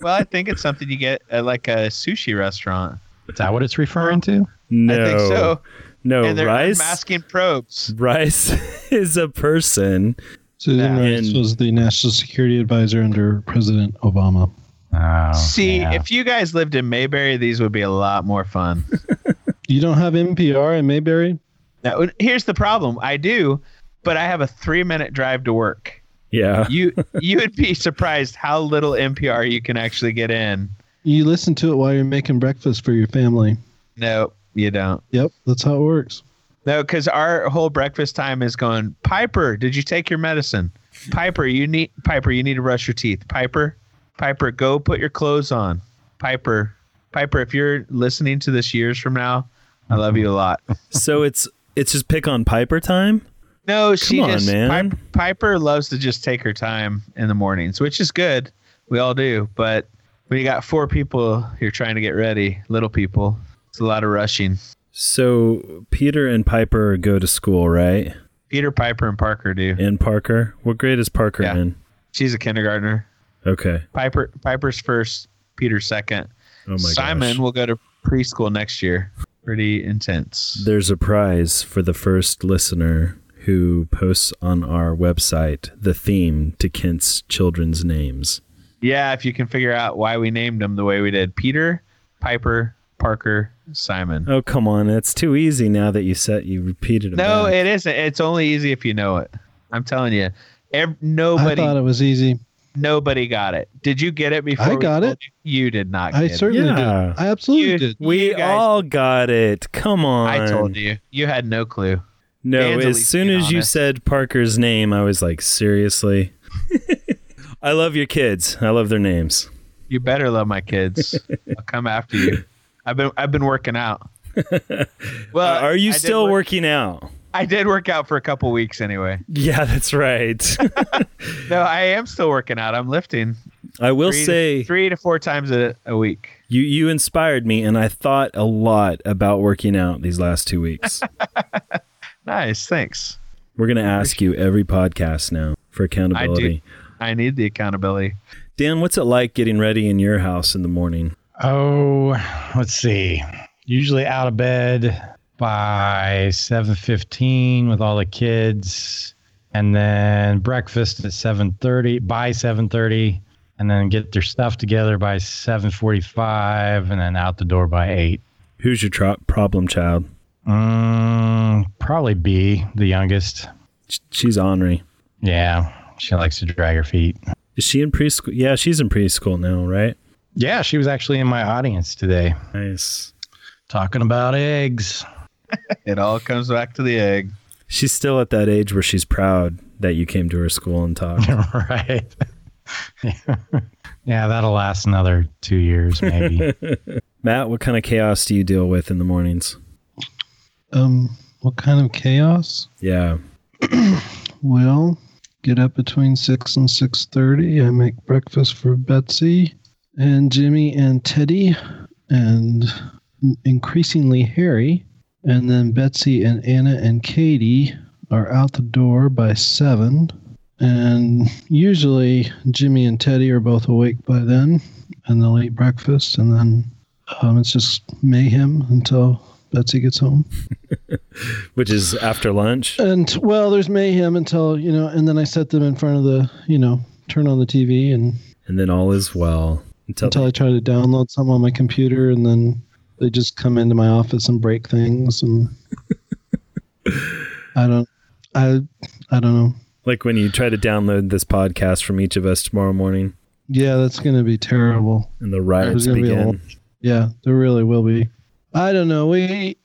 S2: Well, I think it's something you get at like a sushi restaurant.
S4: Is that what it's referring to?
S3: No.
S2: I think so.
S3: No,
S2: and they're
S3: rice.
S2: unmasking probes.
S3: Rice is a person.
S1: Susan
S2: Yeah.
S1: Rice
S3: And-
S1: was the national security advisor under President Obama.
S4: Oh,
S2: See,
S4: yeah.
S2: if you guys lived in Mayberry, these would be a lot more fun.
S1: You don't have NPR in Mayberry?
S2: now, here's the problem: I do, but I have a three-minute drive to work.
S3: Yeah.
S2: You you would be surprised how little NPR you can actually get in.
S1: You listen to it while you're making breakfast for your family.
S2: No, you don't.
S1: Yep, that's how it works.
S2: No, because our whole breakfast time is going. Piper, did you take your medicine? Piper, you need Piper. You need to brush your teeth. Piper, Piper, go put your clothes on. Piper, Piper, if you're listening to this years from now, I love you a lot.
S3: so it's it's just pick on Piper time.
S2: No, she
S3: on,
S2: just
S3: man.
S2: Piper, Piper loves to just take her time in the mornings, which is good. We all do, but when you got four people you're trying to get ready, little people, it's a lot of rushing.
S3: So Peter and Piper go to school, right?
S2: Peter Piper and Parker do.
S3: And Parker. What grade is Parker
S2: Yeah.
S3: in?
S2: She's a kindergartner.
S3: Okay.
S2: Piper Piper's first, Peter's second.
S3: Oh my
S2: Simon
S3: gosh.
S2: will go to preschool next year. Pretty intense.
S3: There's a prize for the first listener who posts on our website the theme to Kent's children's names.
S2: Yeah, if you can figure out why we named them the way we did. Peter, Piper, Parker, Simon.
S3: Oh come on, it's too easy now that you said you repeated it.
S2: No,
S3: back.
S2: it isn't. It's only easy if you know it. I'm telling you. Ev-
S3: Oh,
S2: nobody,
S1: I thought it was easy.
S2: nobody got it. Did you get it before?
S1: I
S2: we
S1: got
S2: told
S1: it.
S2: You? You did not.
S1: I
S2: get
S1: certainly
S3: Yeah.
S1: did. I absolutely
S2: You-
S1: did.
S3: we
S2: you guys-
S3: all got it. Come
S2: It.
S3: on.
S2: I told you. You had no clue.
S3: No,
S2: Dan's at
S3: as
S2: least
S3: soon
S2: being
S3: as you
S2: honest.
S3: said Parker's name, I was like, seriously? I love your kids. I love their names.
S2: You better love my kids. I'll come after you. I've been I've been working out. Well,
S3: Are you
S2: I did
S3: still
S2: work-
S3: working out?
S2: I did work out for a couple weeks anyway.
S3: Yeah, that's right.
S2: No, I am still working out. I'm lifting
S3: I will
S2: three,
S3: say
S2: three to four times a, a week.
S3: you you inspired me and I thought a lot about working out these last 2 weeks.
S2: Nice, thanks.
S3: We're going to ask you every podcast now for accountability.
S2: I need the accountability.
S3: Dan, what's it like getting ready in your house in the morning?
S4: Oh, let's see. Usually out of bed by 7:15 with all the kids and then breakfast at 7:30 by 7:30 and then get their stuff together by 7:45 and then out the door by 8.
S3: Who's your tro- problem child?
S4: Mm, probably B, the youngest.
S3: Sh- She's ornery.
S4: Yeah, she likes to drag her feet.
S3: Is she in preschool? Yeah, she's in preschool now, right?
S4: Yeah, she was actually in my audience today
S3: Nice.
S4: talking about eggs.
S2: It all comes back to the egg.
S3: She's still at that age where she's proud that you came to her school and talked.
S4: right. yeah, that'll last another two years, maybe.
S3: Matt, what kind of chaos do you deal with in the mornings?
S1: Um, what kind of chaos?
S3: Yeah.
S1: Well, get up between six and six thirty. I make breakfast for Betsy and Jimmy and Teddy, and increasingly Harry. And then Betsy and Anna and Katie are out the door by seven, and usually Jimmy and Teddy are both awake by then, and they'll eat breakfast, and then um, it's just mayhem until Betsy gets home.
S3: which is after lunch.
S1: And well, there's mayhem until you know, and then I set them in front of the you know, turn on the TV, and
S3: And then all is well until,
S1: until I try to download some on my computer, and then they just come into my office and break things, and I don't, I, I don't know.
S3: like when you try to download this podcast from each of us tomorrow morning
S1: Yeah, that's gonna be terrible.
S3: and the riots
S1: gonna be a
S3: begin.
S1: whole- Yeah, there really will be. I don't know. We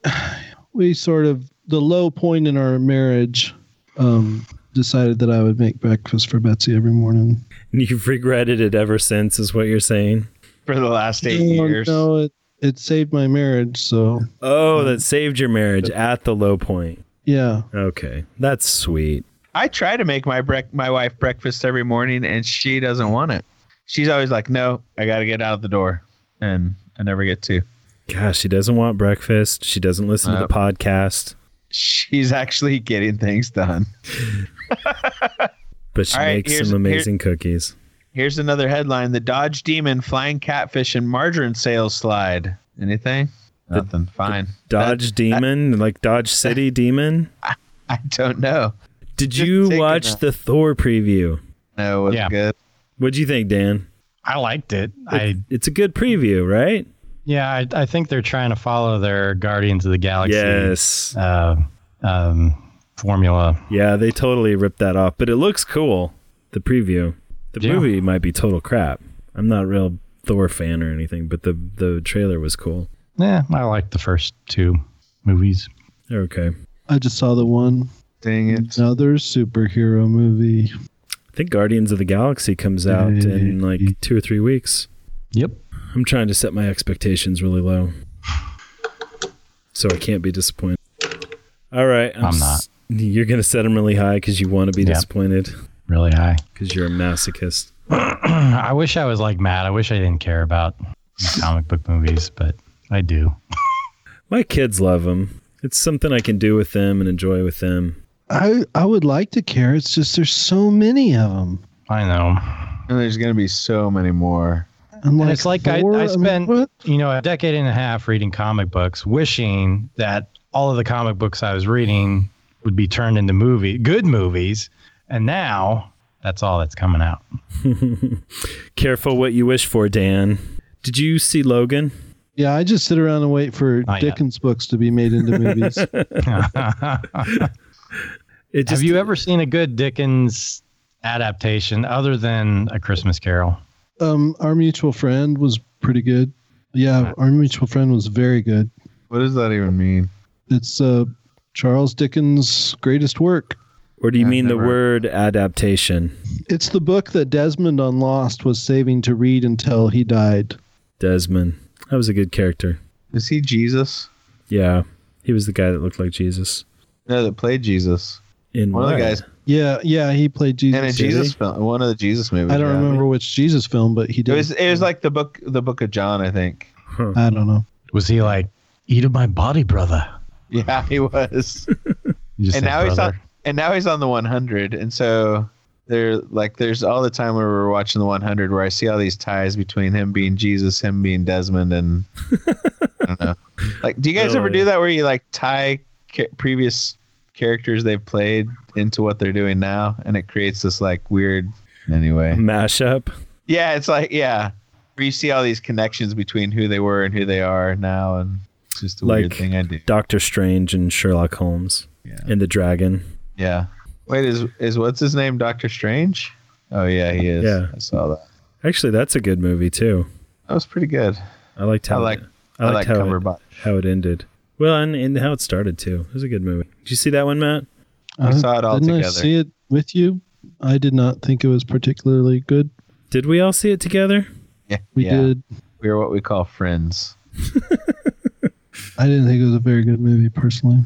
S1: we sort of the low point in our marriage um decided that I would make breakfast for Betsy every morning.
S3: And you've regretted it ever since, is what you're saying.
S2: for the last eight years.
S1: Oh, No, it it saved my marriage, so
S3: Oh,
S2: Mm-hmm.
S3: that saved your marriage at the low point.
S1: yeah.
S3: Okay. That's sweet.
S2: I try to make my brec- my wife breakfast every morning, and she doesn't want it. She's always like, "No, I got to get out of the door," and I never get to.
S3: Gosh, she doesn't want breakfast. She doesn't listen to the
S2: Nope.
S3: podcast,
S2: She's actually getting things done.
S3: but she
S2: All right,
S3: makes
S2: here's-
S3: some
S2: here-
S3: amazing cookies.
S2: Here's another headline: The Dodge Demon flying catfish and margarine sales slide. Anything? Nothing. Fine.
S3: Dodge Demon, like Dodge City Demon.
S2: That- I don't know.
S3: Did
S2: Just
S3: you
S2: take it
S3: watch
S2: out.
S3: the Thor preview?
S2: No, it wasn't
S4: Yeah.
S2: good.
S3: What'd you think, Dan?
S4: I liked it. I
S3: It's a good preview, right?
S4: yeah, I, I think they're trying to follow their Guardians of the Galaxy
S3: Yes.
S4: uh, um, formula.
S3: Yeah, they totally ripped that off, but it looks cool. The preview. The
S4: Yeah.
S3: movie might be total crap. I'm not a real Thor fan or anything, but the the trailer was cool.
S4: Yeah, I liked the first two movies.
S3: They're okay.
S1: I just saw the one
S2: Dang it!
S1: another superhero movie.
S3: I think Guardians of the Galaxy comes out
S4: Mm-hmm.
S3: in like two or three weeks.
S4: Yep.
S3: I'm trying to set my expectations really low. So I can't be disappointed. All right.
S4: I'm
S3: s-
S4: not.
S3: You're going to set them really high because you want to be
S4: Yeah.
S3: disappointed
S4: Really high.
S3: because you're a masochist.
S4: I wish I was like Matt. I wish I didn't care about comic book movies, but I do.
S3: My kids love them. It's something I can do with them and enjoy with them.
S1: I I would like to care. It's just there's so many of them.
S4: I know.
S2: And there's gonna be so many more.
S1: And
S4: And it's like I-
S1: Thor,
S4: I
S1: mean,
S4: spent-
S1: what?
S4: you know, a decade and a half reading comic books, wishing that all of the comic books I was reading would be turned into movie, good movies, and now that's all that's coming out.
S3: Careful what you wish for, Dan. Did you see Logan?
S1: Yeah, I just sit around and wait for
S4: Not yet.
S1: Dickens books to be made into movies.
S3: It
S4: Have you ever seen a good Dickens adaptation other than A Christmas Carol?
S1: um, our mutual friend was pretty good.
S4: Uh-huh.
S1: Yeah, our mutual friend was very good.
S2: What does that even mean?
S1: It's uh, Charles Dickens' greatest work.
S3: or do you
S2: I've
S3: mean the
S2: never-
S3: word adaptation?
S1: It's the book that Desmond on Lost was saving to read until he died.
S3: Desmond. That was a good character.
S2: Is he Jesus?
S3: Yeah. He was the guy that looked like Jesus.
S2: No, that played Jesus.
S3: In
S2: One of the
S3: what?
S2: guys
S1: Yeah, yeah, he played Jesus.
S2: in a
S1: did
S2: Jesus
S1: he?
S2: film. One of the Jesus movies.
S1: I don't
S2: yeah.
S1: remember which Jesus film, but he
S2: It
S1: did.
S2: was it was like the book the book of John, I think.
S1: I don't know.
S4: Was he like, "Eat of my body, brother"?
S2: Yeah, he was.
S4: You just
S2: and
S4: said
S2: now he's
S4: brother.
S2: on and now he's on the 100 and so there like there's all the time where we're watching the 100 where I see all these ties between him being Jesus, him being Desmond and I don't know. Like do you guys ever
S3: Really?
S2: do that where you like tie ca- previous characters they've played into what they're doing now and it creates this like weird anyway.
S3: Mashup.
S2: Yeah, it's like yeah, where you see all these connections between who they were and who they are now, and it's just a weird
S3: Like-
S2: thing I do.
S3: Doctor Strange and Sherlock Holmes.
S2: Yeah.
S3: And the dragon.
S2: Yeah. Wait, is is what's his name? Doctor Strange? Oh yeah, he is.
S3: Yeah.
S2: I saw that.
S3: Actually, that's a good movie, too.
S2: That was pretty good.
S3: I liked how
S2: I like
S3: it,
S2: I, like
S3: how,
S2: cover
S3: it, how it ended. Well, and, and how it started, too. It was a good movie. Did you see that one, Matt?
S1: I
S2: saw it all
S1: Uh, Didn't I
S2: together.
S1: see it with you? I did not think it was particularly good.
S3: Did we all see it together?
S2: Yeah,
S1: We
S2: yeah.
S1: did.
S2: We were what we call friends.
S1: I didn't think it was a very good movie personally.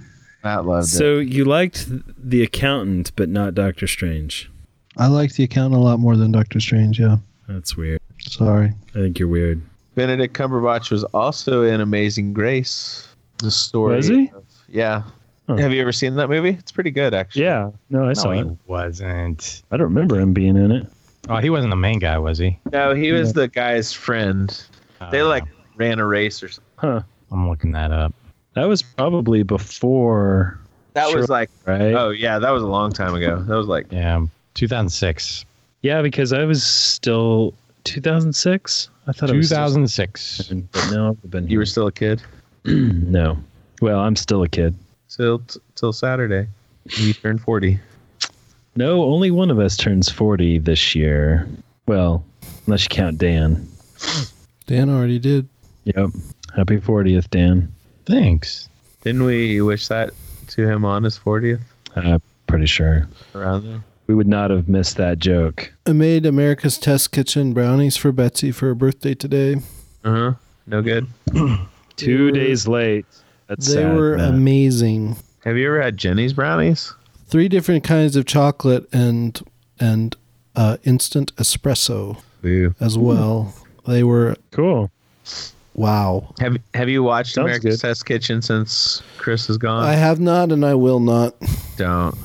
S2: Matt loved it.
S3: So you liked The Accountant, but not Doctor Strange.
S1: I liked The Accountant a lot more than Doctor Strange. Yeah,
S3: That's weird.
S1: sorry.
S3: I think you're weird.
S2: Benedict Cumberbatch was also in Amazing Grace. The story.
S3: Was he?
S2: of- yeah. Have you ever seen that movie? It's pretty good, actually.
S3: Yeah. No, I saw
S4: no, he
S3: it.
S4: wasn't.
S3: I don't remember him being in it.
S4: Oh, he wasn't the main guy, was he?
S2: No, he was the guy's friend. They
S4: Uh,
S2: like ran a race or something.
S3: Huh.
S4: I'm looking that up.
S3: That was probably before,
S2: That
S3: Sure.
S2: was like,
S3: right?
S2: oh yeah, that was a long time ago. That was like,
S4: Yeah, 2006.
S3: Yeah, because I was still 2006. I thought it was
S4: 2006.
S3: 2000. But no, I've been
S2: you
S3: here.
S2: were still a kid
S3: no. Well, I'm still a kid.
S2: till till Saturday. You turned forty.
S3: No, only one of us turns 40 this year. Well, unless you count Dan.
S1: Dan already did.
S3: Yep. Happy 40th, Dan.
S4: Thanks.
S2: Didn't we wish that to him on his fortieth
S3: Uh, pretty sure.
S2: around there?
S3: We would not have missed that joke.
S1: I made America's Test Kitchen brownies for Betsy for her birthday today.
S2: Uh huh. No good.
S3: Two days late. That's
S1: they
S3: sad,
S1: were
S3: Matt.
S1: amazing.
S2: Have you ever had Jenny's brownies?
S1: Three different kinds of chocolate and and uh, instant espresso
S2: Boo.
S1: as well. They were
S3: cool.
S1: wow.
S2: Have Have you watched
S3: Sounds
S2: America's
S3: good.
S2: Test Kitchen since Chris is gone?
S1: I have not and I will not.
S2: don't.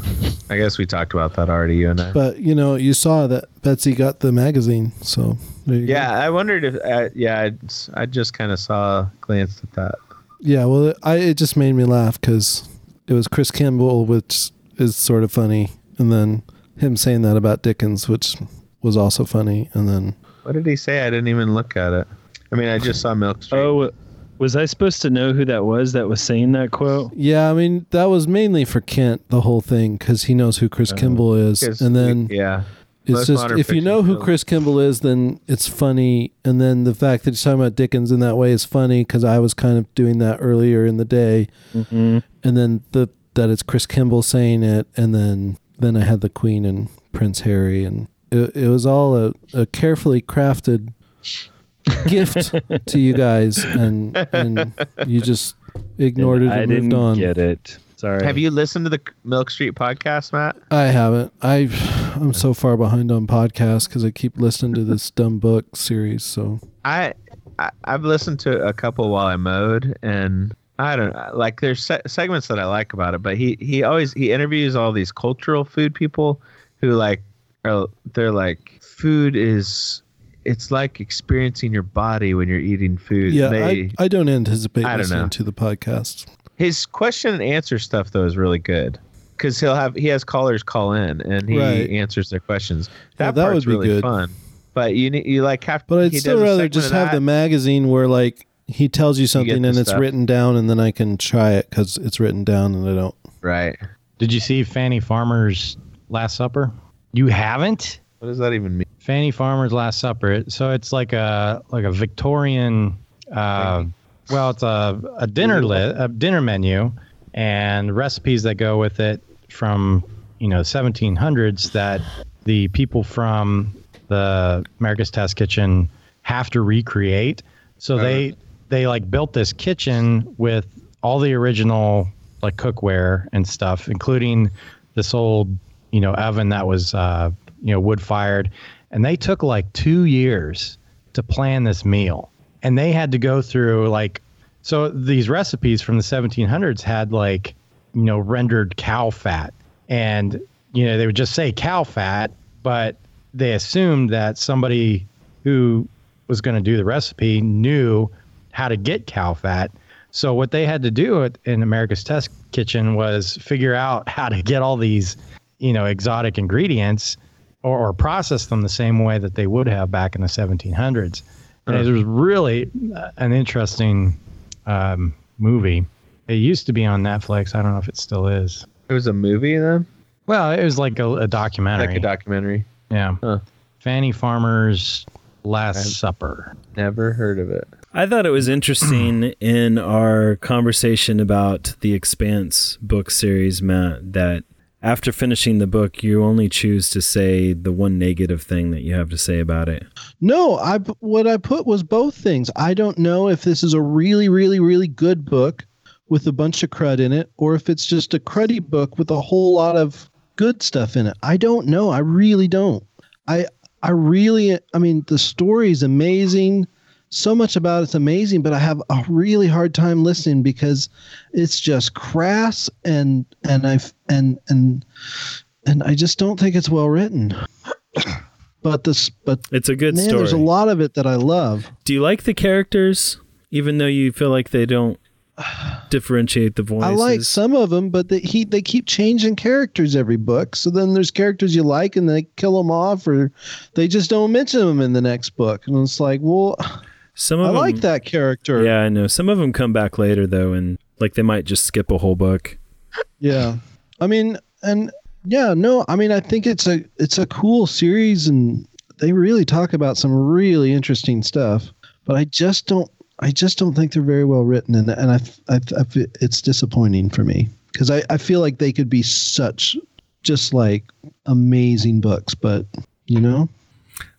S2: I guess we talked about that already, you and I.
S1: But you know, you saw that Betsy got the magazine, so there you go.
S2: yeah, I wondered if. Uh, yeah, I'd- I, just kind of saw glanced at that.
S1: Yeah, well, I it just made me laugh because it was Chris Campbell, which is sort of funny, and then him saying that about Dickens, which was also funny, and then
S2: What did he say? I didn't even look at it. I mean, I just saw Milk Street.
S3: Oh, was I supposed to know who that was that was saying that quote?
S1: yeah, I mean that was mainly for Kent the whole thing because he knows who Chris Kimball is,
S2: 'Cause
S1: and
S2: we-
S1: then
S2: yeah,
S1: it's
S2: most
S1: just
S2: modern
S1: if you
S2: fiction
S1: know who
S2: films.
S1: Chris Kimball is, then it's funny, and then the fact that he's talking about Dickens in that way is funny because I was kind of doing that earlier in the day,
S3: Mm-hmm.
S1: and then the that it's Chris Kimball saying it, and then then I had the Queen and Prince Harry, and it, it was all a, a carefully crafted gift to you guys, and and you just ignored it
S3: I
S1: and
S3: didn't
S1: moved on.
S3: get it. Sorry.
S2: Have you listened to the Milk Street podcast, Matt?
S1: I haven't. I I'm so far behind on podcasts because I keep listening to this dumb book series. So
S2: I, I I've listened to a couple while I mowed, and I don't like. There's se- segments that I like about it, but he he always he interviews all these cultural food people who like are they're like food is it's like experiencing your body when you're eating food.
S1: yeah,
S2: They-
S1: I, I don't anticipate
S2: I don't
S1: listening
S2: know.
S1: to the podcast.
S2: his question and answer stuff though is really good because he'll have he has callers call in and he
S1: Right.
S2: answers their questions. That,
S1: Yeah, that
S2: part's
S1: would be
S2: really
S1: good.
S2: fun. But you ne- you like have
S1: But I'd
S2: he
S1: still
S2: does a
S1: rather
S2: segment
S1: just
S2: of
S1: have
S2: that.
S1: the magazine where like he tells you something
S2: the
S1: and it's
S2: stuff.
S1: written down, and then I can try it because it's written down, and I don't.
S2: right.
S4: Did you see Fanny Farmer's Last Supper? You haven't?
S2: What does that even mean?
S4: Fanny Farmer's Last Supper. It- So it's like a like a Victorian. Uh, well, it's a, a dinner li- a dinner menu, and recipes that go with it from you know 1700s that the people from the America's Test Kitchen have to recreate. So they they like built this kitchen with all the original like cookware and stuff, including this old you know oven that was uh, you know wood fired, and they took like two years to plan this meal, and they had to go through like so these recipes from the 1700s had like you know rendered cow fat, and you know they would just say cow fat, but they assumed that somebody who was going to do the recipe knew how to get cow fat. So what they had to do at, in America's Test Kitchen was figure out how to get all these, you know, exotic ingredients or, or process them the same way that they would have back in the 1700s. And
S2: Uh-huh.
S4: it was really uh, an interesting um, movie. It used to be on Netflix. I don't know if it still is.
S2: It was a movie then,
S4: Well, it was like a, a documentary.
S2: like a documentary.
S4: yeah.
S2: Huh.
S4: Fanny Farmer's Last Supper.
S2: Never heard of it.
S5: I thought it was interesting in our conversation about the Expanse book series, Matt, that after finishing the book, you only choose to say the one negative thing that you have to say about it.
S6: No, I p- what I put was both things. I don't know if this is a really, really, really good book with a bunch of crud in it, or if it's just a cruddy book with a whole lot of good stuff in it. I don't know. I really don't. I I really. I mean, the story is amazing.
S1: so much about it's amazing, but I have a really hard time listening because it's just crass and and I and and and I just don't think it's well written. But this, but
S3: It's a good
S1: man,
S3: story.
S1: there's a lot of it that I love.
S3: Do you like the characters, even though you feel like they don't differentiate the voices?
S1: I like some of them, but they he they keep changing characters every book. So then there's characters you like, and they kill them off, or they just don't mention them in the next book. And it's like, well,
S3: Some
S1: I
S3: of
S1: like
S3: them-
S1: that character.
S3: Yeah, I know. Some of them come back later though, and like they might just skip a whole book.
S1: Yeah. I mean, and yeah, no, I mean, I think it's a it's a cool series, and they really talk about some really interesting stuff. But I just don't, I just don't think they're very well written, and and I, I, I fe- it's disappointing for me because I I feel like they could be such just like amazing books, but you know,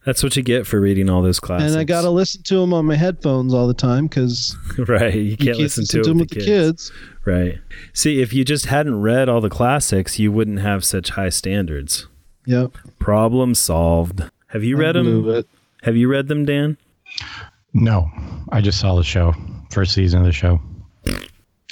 S3: That's what you get for reading all those classes.
S1: and I gotta listen to them on my headphones all the time because
S3: right. You can't,
S1: you can't
S3: listen, to, it
S1: 'em
S3: with, the kids. Right. See, if you just hadn't read all the classics, you wouldn't have such high standards.
S1: Yep.
S3: Problem solved. Have you read them?
S1: Blew it.
S3: Have you read them, Dan?
S4: No, I just saw the show, first season of the show.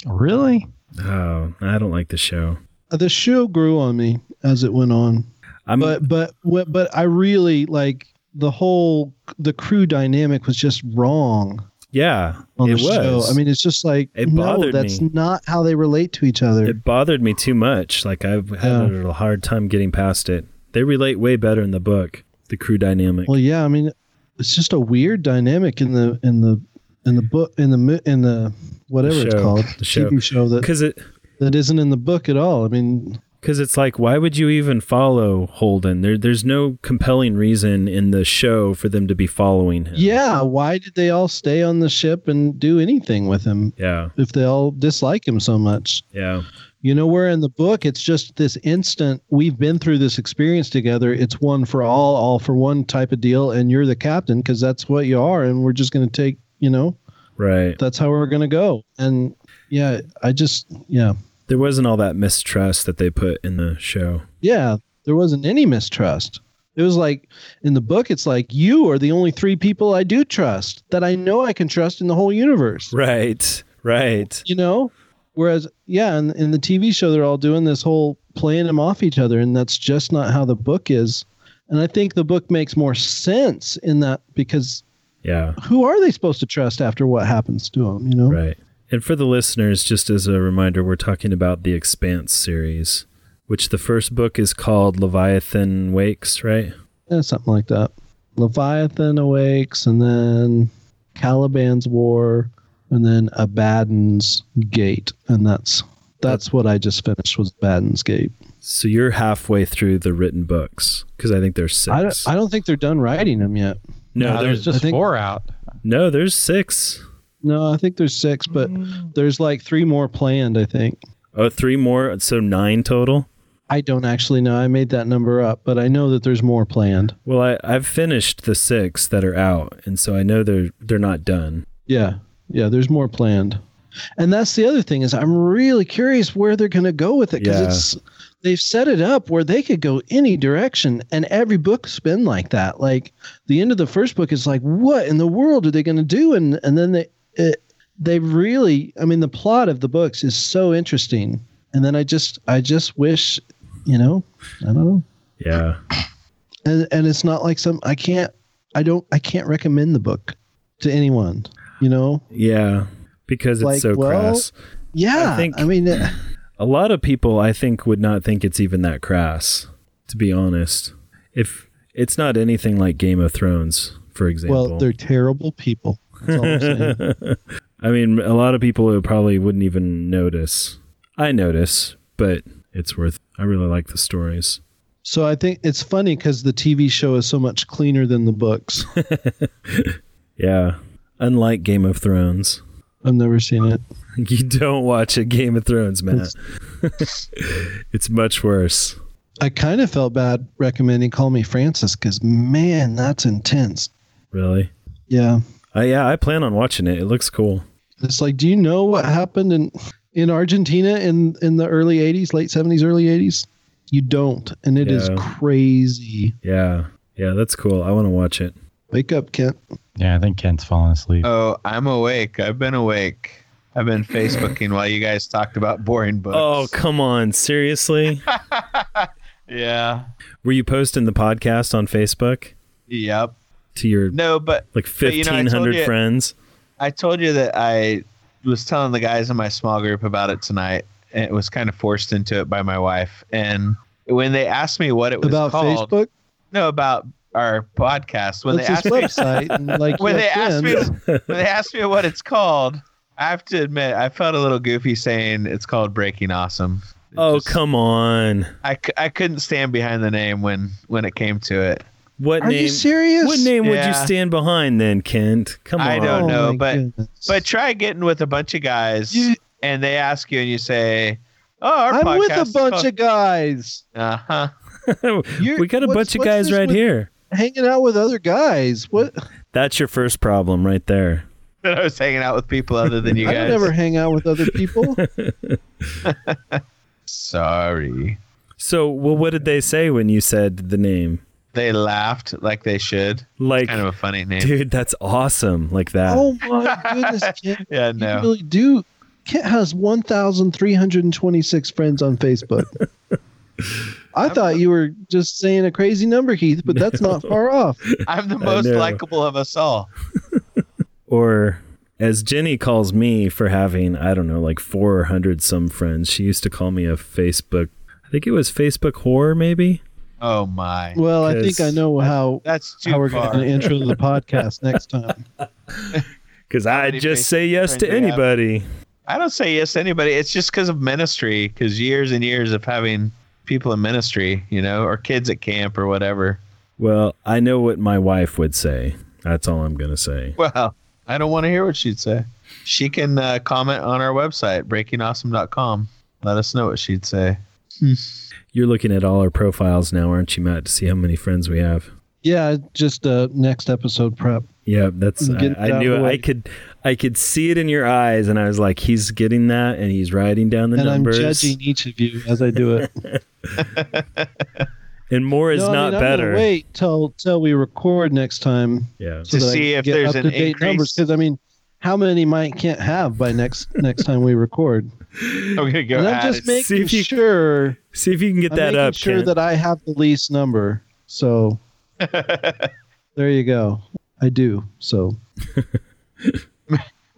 S4: Really?
S3: Oh, I don't like the show.
S1: Uh, The show grew on me as it went on.
S3: I'm
S1: but but what- but I really like the whole the crew dynamic was just wrong
S3: yeah,
S1: on
S3: it
S1: the
S3: was.
S1: show. I mean, it's just like
S3: It
S1: no,
S3: bothered
S1: that's
S3: me.
S1: not how they relate to each other.
S3: it bothered me too much. Like I've had a hard time getting past it. They relate way better in the book. The crew dynamic.
S1: well, yeah, I mean, it's just a weird dynamic in the in the in the book in the mi- in the whatever
S3: show.
S1: it's called
S3: The show.
S1: TV show that
S3: Because it
S1: that isn't in the book at all. I mean,
S3: Because it's like, why would you even follow Holden? There, there's no compelling reason in the show for them to be following him.
S1: yeah, why did they all stay on the ship and do anything with him
S3: Yeah.
S1: if they all dislike him so much?
S3: Yeah.
S1: You know, where in the book, it's just this instant, we've been through this experience together. It's one for all, all for one type of deal. And you're the captain because that's what you are. And we're just going to take, you know,
S3: Right.
S1: that's how we're going to go. And yeah, I just, yeah.
S3: There wasn't all that mistrust that they put in the show.
S1: Yeah. There wasn't any mistrust. It was like in the book, it's like, you are the only three people I do trust that I know I can trust in the whole universe.
S3: Right. Right.
S1: you know whereas yeah in, in the tv show they're all doing this whole playing them off each other and that's just not how the book is and i think the book makes more sense in that because
S3: Yeah.
S1: who are they supposed to trust after what happens to them you know
S3: Right. And for the listeners, just as a reminder, we're talking about the Expanse series, which the first book is called Leviathan Wakes, right?
S1: Eh, something like that leviathan awakes and then caliban's war and then abaddon's gate and that's that's what i just finished was abaddon's gate
S3: So you're halfway through the written books because I think there's
S1: I don't,
S3: six.
S1: I don't think they're done writing them yet
S3: no, there's
S4: Uh, there's just
S1: I think-
S4: four out.
S3: no, there's six.
S1: No, I think there's six, but there's like three more planned, I think.
S3: Oh, three more. So nine total.
S1: I don't actually know. I made that number up, but I know that there's more planned.
S3: Well, I, I've finished the six that are out, and so I know they're they're not done.
S1: Yeah. Yeah, there's more planned. And that's the other thing is I'm really curious where they're going to go with it cuz
S3: Yeah.
S1: it's they've set it up where they could go any direction and every book's been like that. Like the end of the first book is like what in the world are they going to do and and then they it, they really I mean the plot of the books is so interesting. And then I just I just wish, you know, I don't know.
S3: Yeah,
S1: and and it's not like some I can't I don't I can't recommend the book to anyone. You know?
S3: yeah, because it's
S1: Like,
S3: so
S1: well-
S3: crass.
S1: Yeah. I,
S3: think-
S1: mean, uh,
S3: A lot of people, I think, would not think it's even that crass. To be honest, if it's not anything like Game of Thrones, for example.
S1: well, they're terrible people. That's all I'm saying.
S3: I mean, a lot of people who probably wouldn't even notice. I notice, but it's worth. I really like the stories.
S1: so I think it's funny because the TV show is so much cleaner than the books.
S3: Yeah, unlike Game of Thrones.
S1: I've never seen it.
S3: You don't watch a Game of Thrones, Matt.
S1: It's-
S3: it's much worse.
S1: I kind of felt bad recommending Call Me Francis because man, that's intense.
S3: Really?
S1: Yeah.
S3: Uh, yeah, I plan on watching it. It looks cool.
S1: It's like, do you know what happened in in Argentina in in the early '80s, late '70s, early '80s? You don't, and it is
S3: Yeah.
S1: crazy.
S3: Yeah. Yeah, that's cool. I want to watch it.
S1: But Wake up, Kent.
S4: Yeah, I think Kent's falling asleep.
S2: Oh, I'm awake. I've been awake. I've been Facebooking while you guys talked about boring books.
S3: Oh, come on. Seriously?
S2: yeah.
S3: Were you posting the podcast on Facebook
S2: Yep.
S3: to your
S2: No, but
S3: like
S2: but you know, I told
S3: 1,500
S2: you-
S3: friends?
S2: I told you that I was telling the guys in my small group about it tonight, and it was kind of forced into it by my wife. And when they asked me what it was
S1: About
S2: called,
S1: Facebook?
S2: no, about our podcast. When
S1: That's
S2: they
S1: his
S2: asked me,
S1: website. and like
S2: when
S1: your
S2: they asked me,
S1: friends.
S2: when they asked me what it's called, I have to admit I felt a little goofy saying it's called Breaking Awesome. It
S3: Oh,
S2: just-
S3: come on.
S2: I, c- I couldn't stand behind the name when when it came to it.
S3: What
S1: Are
S3: name?
S1: you serious?
S3: What name would you
S2: Yeah.
S3: stand behind then, Kent? Come on.
S2: I don't
S1: Oh
S2: know,
S1: my
S2: but-
S1: goodness.
S2: But try getting with a bunch of guys,
S1: You-
S2: and they ask you, and you say, "Oh, our
S1: I'm with a
S2: podcast is
S1: bunch
S2: called-
S1: of guys
S2: Uh huh.
S1: You're-
S3: we got a
S1: what's-
S3: bunch of
S1: what's
S3: guys
S1: this
S3: right
S1: with-
S3: here.
S1: hanging out with other guys. What?
S3: That's your first problem right there.
S2: That I was hanging out with people other than you
S1: I
S2: guys.
S1: don't ever hang out with other people.
S2: Sorry.
S3: So, well, what did they say when you said the name?
S2: They laughed like they should.
S3: Like,
S2: Kind of a funny name.
S3: dude, that's awesome. Like that.
S1: oh my goodness, Kent,
S2: yeah,
S1: you
S2: no.
S1: really do. Kent has 1,326 friends on Facebook. I thought you were just saying a crazy number, Heath, but that's not far off.
S2: I'm the most
S3: know.
S2: likable of us all.
S3: Or as Jenny calls me for having, I don't know, like 400 some friends. She used to call me a Facebook, I think it was Facebook whore, maybe?
S2: Oh my.
S1: Well, I think I
S3: Because-
S1: know how
S2: That's too
S1: how we're
S2: far.
S1: going to intro the podcast next time.
S3: Because
S2: How
S3: I
S2: many
S3: just
S2: Facebook
S3: say yes to
S2: friends you have?
S3: anybody.
S2: I don't say yes to anybody. It's just because of ministry, because years and years of having people in ministry, you know, or kids at camp or whatever.
S3: Well, I know what my wife would say. That's all I'm going to say.
S2: Well, I don't want to hear what she'd say. She can uh, comment on our website, breakingawesome.com. Let us know what she'd say.
S3: You're looking at all our profiles now, aren't you, Matt, to see how many friends we have?
S1: Yeah, just uh, next episode prep.
S3: Yeah, that's
S1: Get it
S3: I, I
S1: out
S3: knew
S1: of
S3: it.
S1: the
S3: I
S1: way.
S3: could I could see it in your eyes and I was like, he's getting that and he's writing down the
S1: and
S3: numbers.
S1: I'm judging each of you as I do it.
S3: And more is
S1: No, I
S3: not
S1: mean, I'm gonna
S3: better.
S1: Wait till till we record next time
S3: Yeah.
S1: so
S2: To
S1: that I
S2: see
S1: can
S2: if
S1: get
S2: there's an
S1: up-to-date
S2: increase.
S1: numbers. Because I mean, how many Mike can't have by next next time we record?
S2: I'm going to go
S1: And
S2: at
S1: I'm
S2: it.
S1: just
S3: See
S1: making
S3: if you-
S1: sure
S3: See if you can get
S1: I'm
S3: that
S1: making
S3: up.
S1: sure
S3: Kent.
S1: that I have the least number. So there you go. I do. So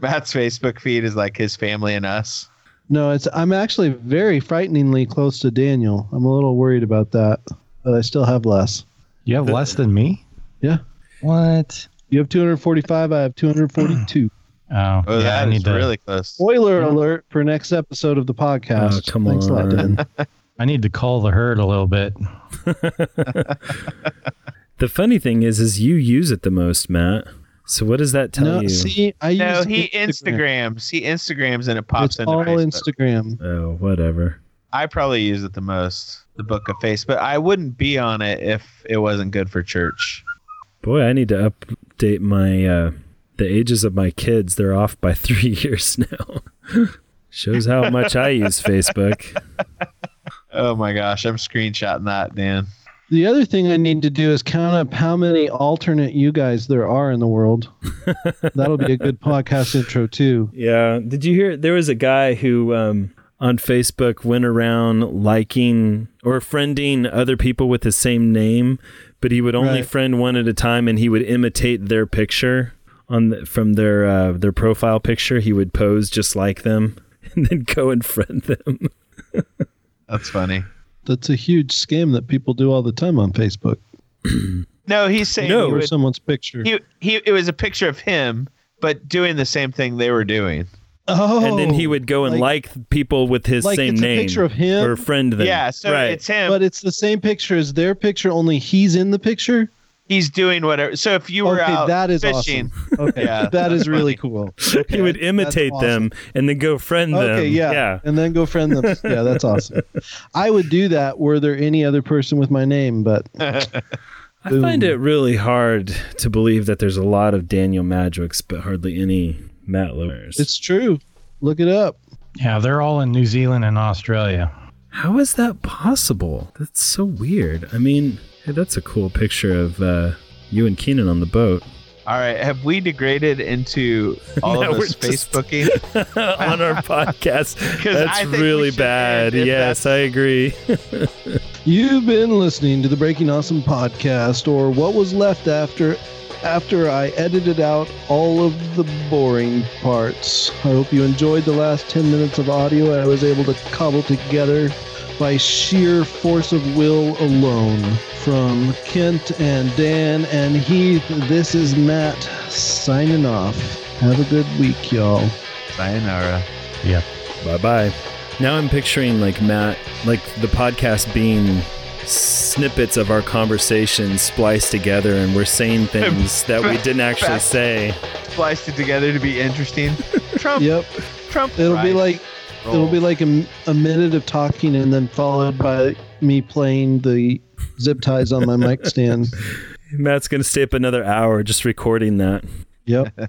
S2: Matt's Facebook feed is like his family and us.
S1: no, it's I'm actually very frighteningly close to Daniel. I'm a little worried about that, but I still have less.
S4: You have less than me?
S1: Yeah.
S4: What?
S1: You have 245. I have 242.
S4: Oh,
S2: Oh,
S4: yeah, I
S2: that
S4: need
S2: is
S4: to,
S2: really close.
S1: Spoiler alert for next episode of the podcast.
S3: Oh, come
S1: Thanks a lot,
S3: on.
S1: Dan.
S4: I need to call the herd a little bit.
S3: The funny thing is, is you use it the most, Matt. So what does that tell
S1: no,
S3: you?
S1: see, I
S2: No,
S1: use
S2: he Instagrams. He Instagrams and it pops
S1: It's
S2: into
S1: all
S2: Facebook.
S1: Instagram.
S3: oh, whatever.
S2: I probably use it the most, the Book of Facebook. I wouldn't be on it if it wasn't good for church.
S3: Boy, I need to update my uh the ages of my kids. They're off by three years now. Shows how much I use Facebook.
S2: Oh my gosh, I'm screenshotting that, Dan.
S1: The other thing I need to do is count up how many alternate you guys there are in the world. That'll be a good podcast intro too.
S3: Yeah. Did you hear? There was a guy who um, on Facebook went around liking or friending other people with the same name, but he would only
S1: Right.
S3: friend one at a time, and he would imitate their picture on the, from their uh, their profile picture. He would pose just like them, and then go and friend them.
S2: That's funny.
S1: That's a huge scam that people do all the time on Facebook.
S2: No, he's saying
S3: No,
S2: he,
S1: Or
S2: would-
S1: someone's picture.
S2: he, he it was a picture of him, but doing the same thing they were doing.
S1: oh,
S3: and then he would go and like, people with his
S1: like
S3: same
S1: it's a
S3: name
S1: picture of him?
S3: or friend them.
S2: Yeah, so
S3: right.
S2: it's him.
S1: But it's the same picture as their picture, only he's in the picture.
S2: he's doing whatever. So if you were
S1: okay,
S2: out
S1: that is
S2: fishing,
S1: awesome. Okay,
S2: Yeah,
S1: that is
S2: that's
S1: really cool.
S3: he would
S1: That's
S3: imitate them and then go friend them.
S1: Okay, yeah.
S3: yeah.
S1: And then go friend them. yeah, that's awesome. I would do that were there any other person with my name, but
S3: I find
S1: Boom.
S3: it really hard to believe that there's a lot of Daniel Madricks, but hardly any Matt Lowers.
S1: it's true. Look it up.
S4: Yeah, they're all in New Zealand and Australia.
S3: How is that possible? That's so weird. I mean, hey, that's a cool picture of uh, You and Keenan on the boat
S2: All right, have we degraded into all
S3: Now
S2: of
S3: we're
S2: us
S3: just-
S2: Facebooking?
S3: on our podcast.
S2: 'Cause I
S3: That's
S2: think we
S3: really
S2: should
S3: bad.
S2: end if
S3: Yes, I agree.
S1: You've been listening to the Breaking Awesome podcast, or what was left after after I edited out all of the boring parts. I hope you enjoyed the last 10 minutes of audio I was able to cobble together by sheer force of will alone. From Kent and Dan and Heath, this is Matt signing off. Have a good week, y'all.
S2: Sayonara.
S3: Bye bye. Now I'm picturing like Matt, like the podcast being snippets of our conversation spliced together, and we're saying things that we didn't actually say.
S2: Spliced it together to be interesting. Trump.
S1: Yep,
S2: Trump.
S1: it'll be
S2: rice
S1: like It'll
S2: roll.
S1: be like a, m- a minute of talking and then followed by me playing the zip ties on my mic stand.
S3: Matt's gonna stay up another hour just recording that.
S1: Yep.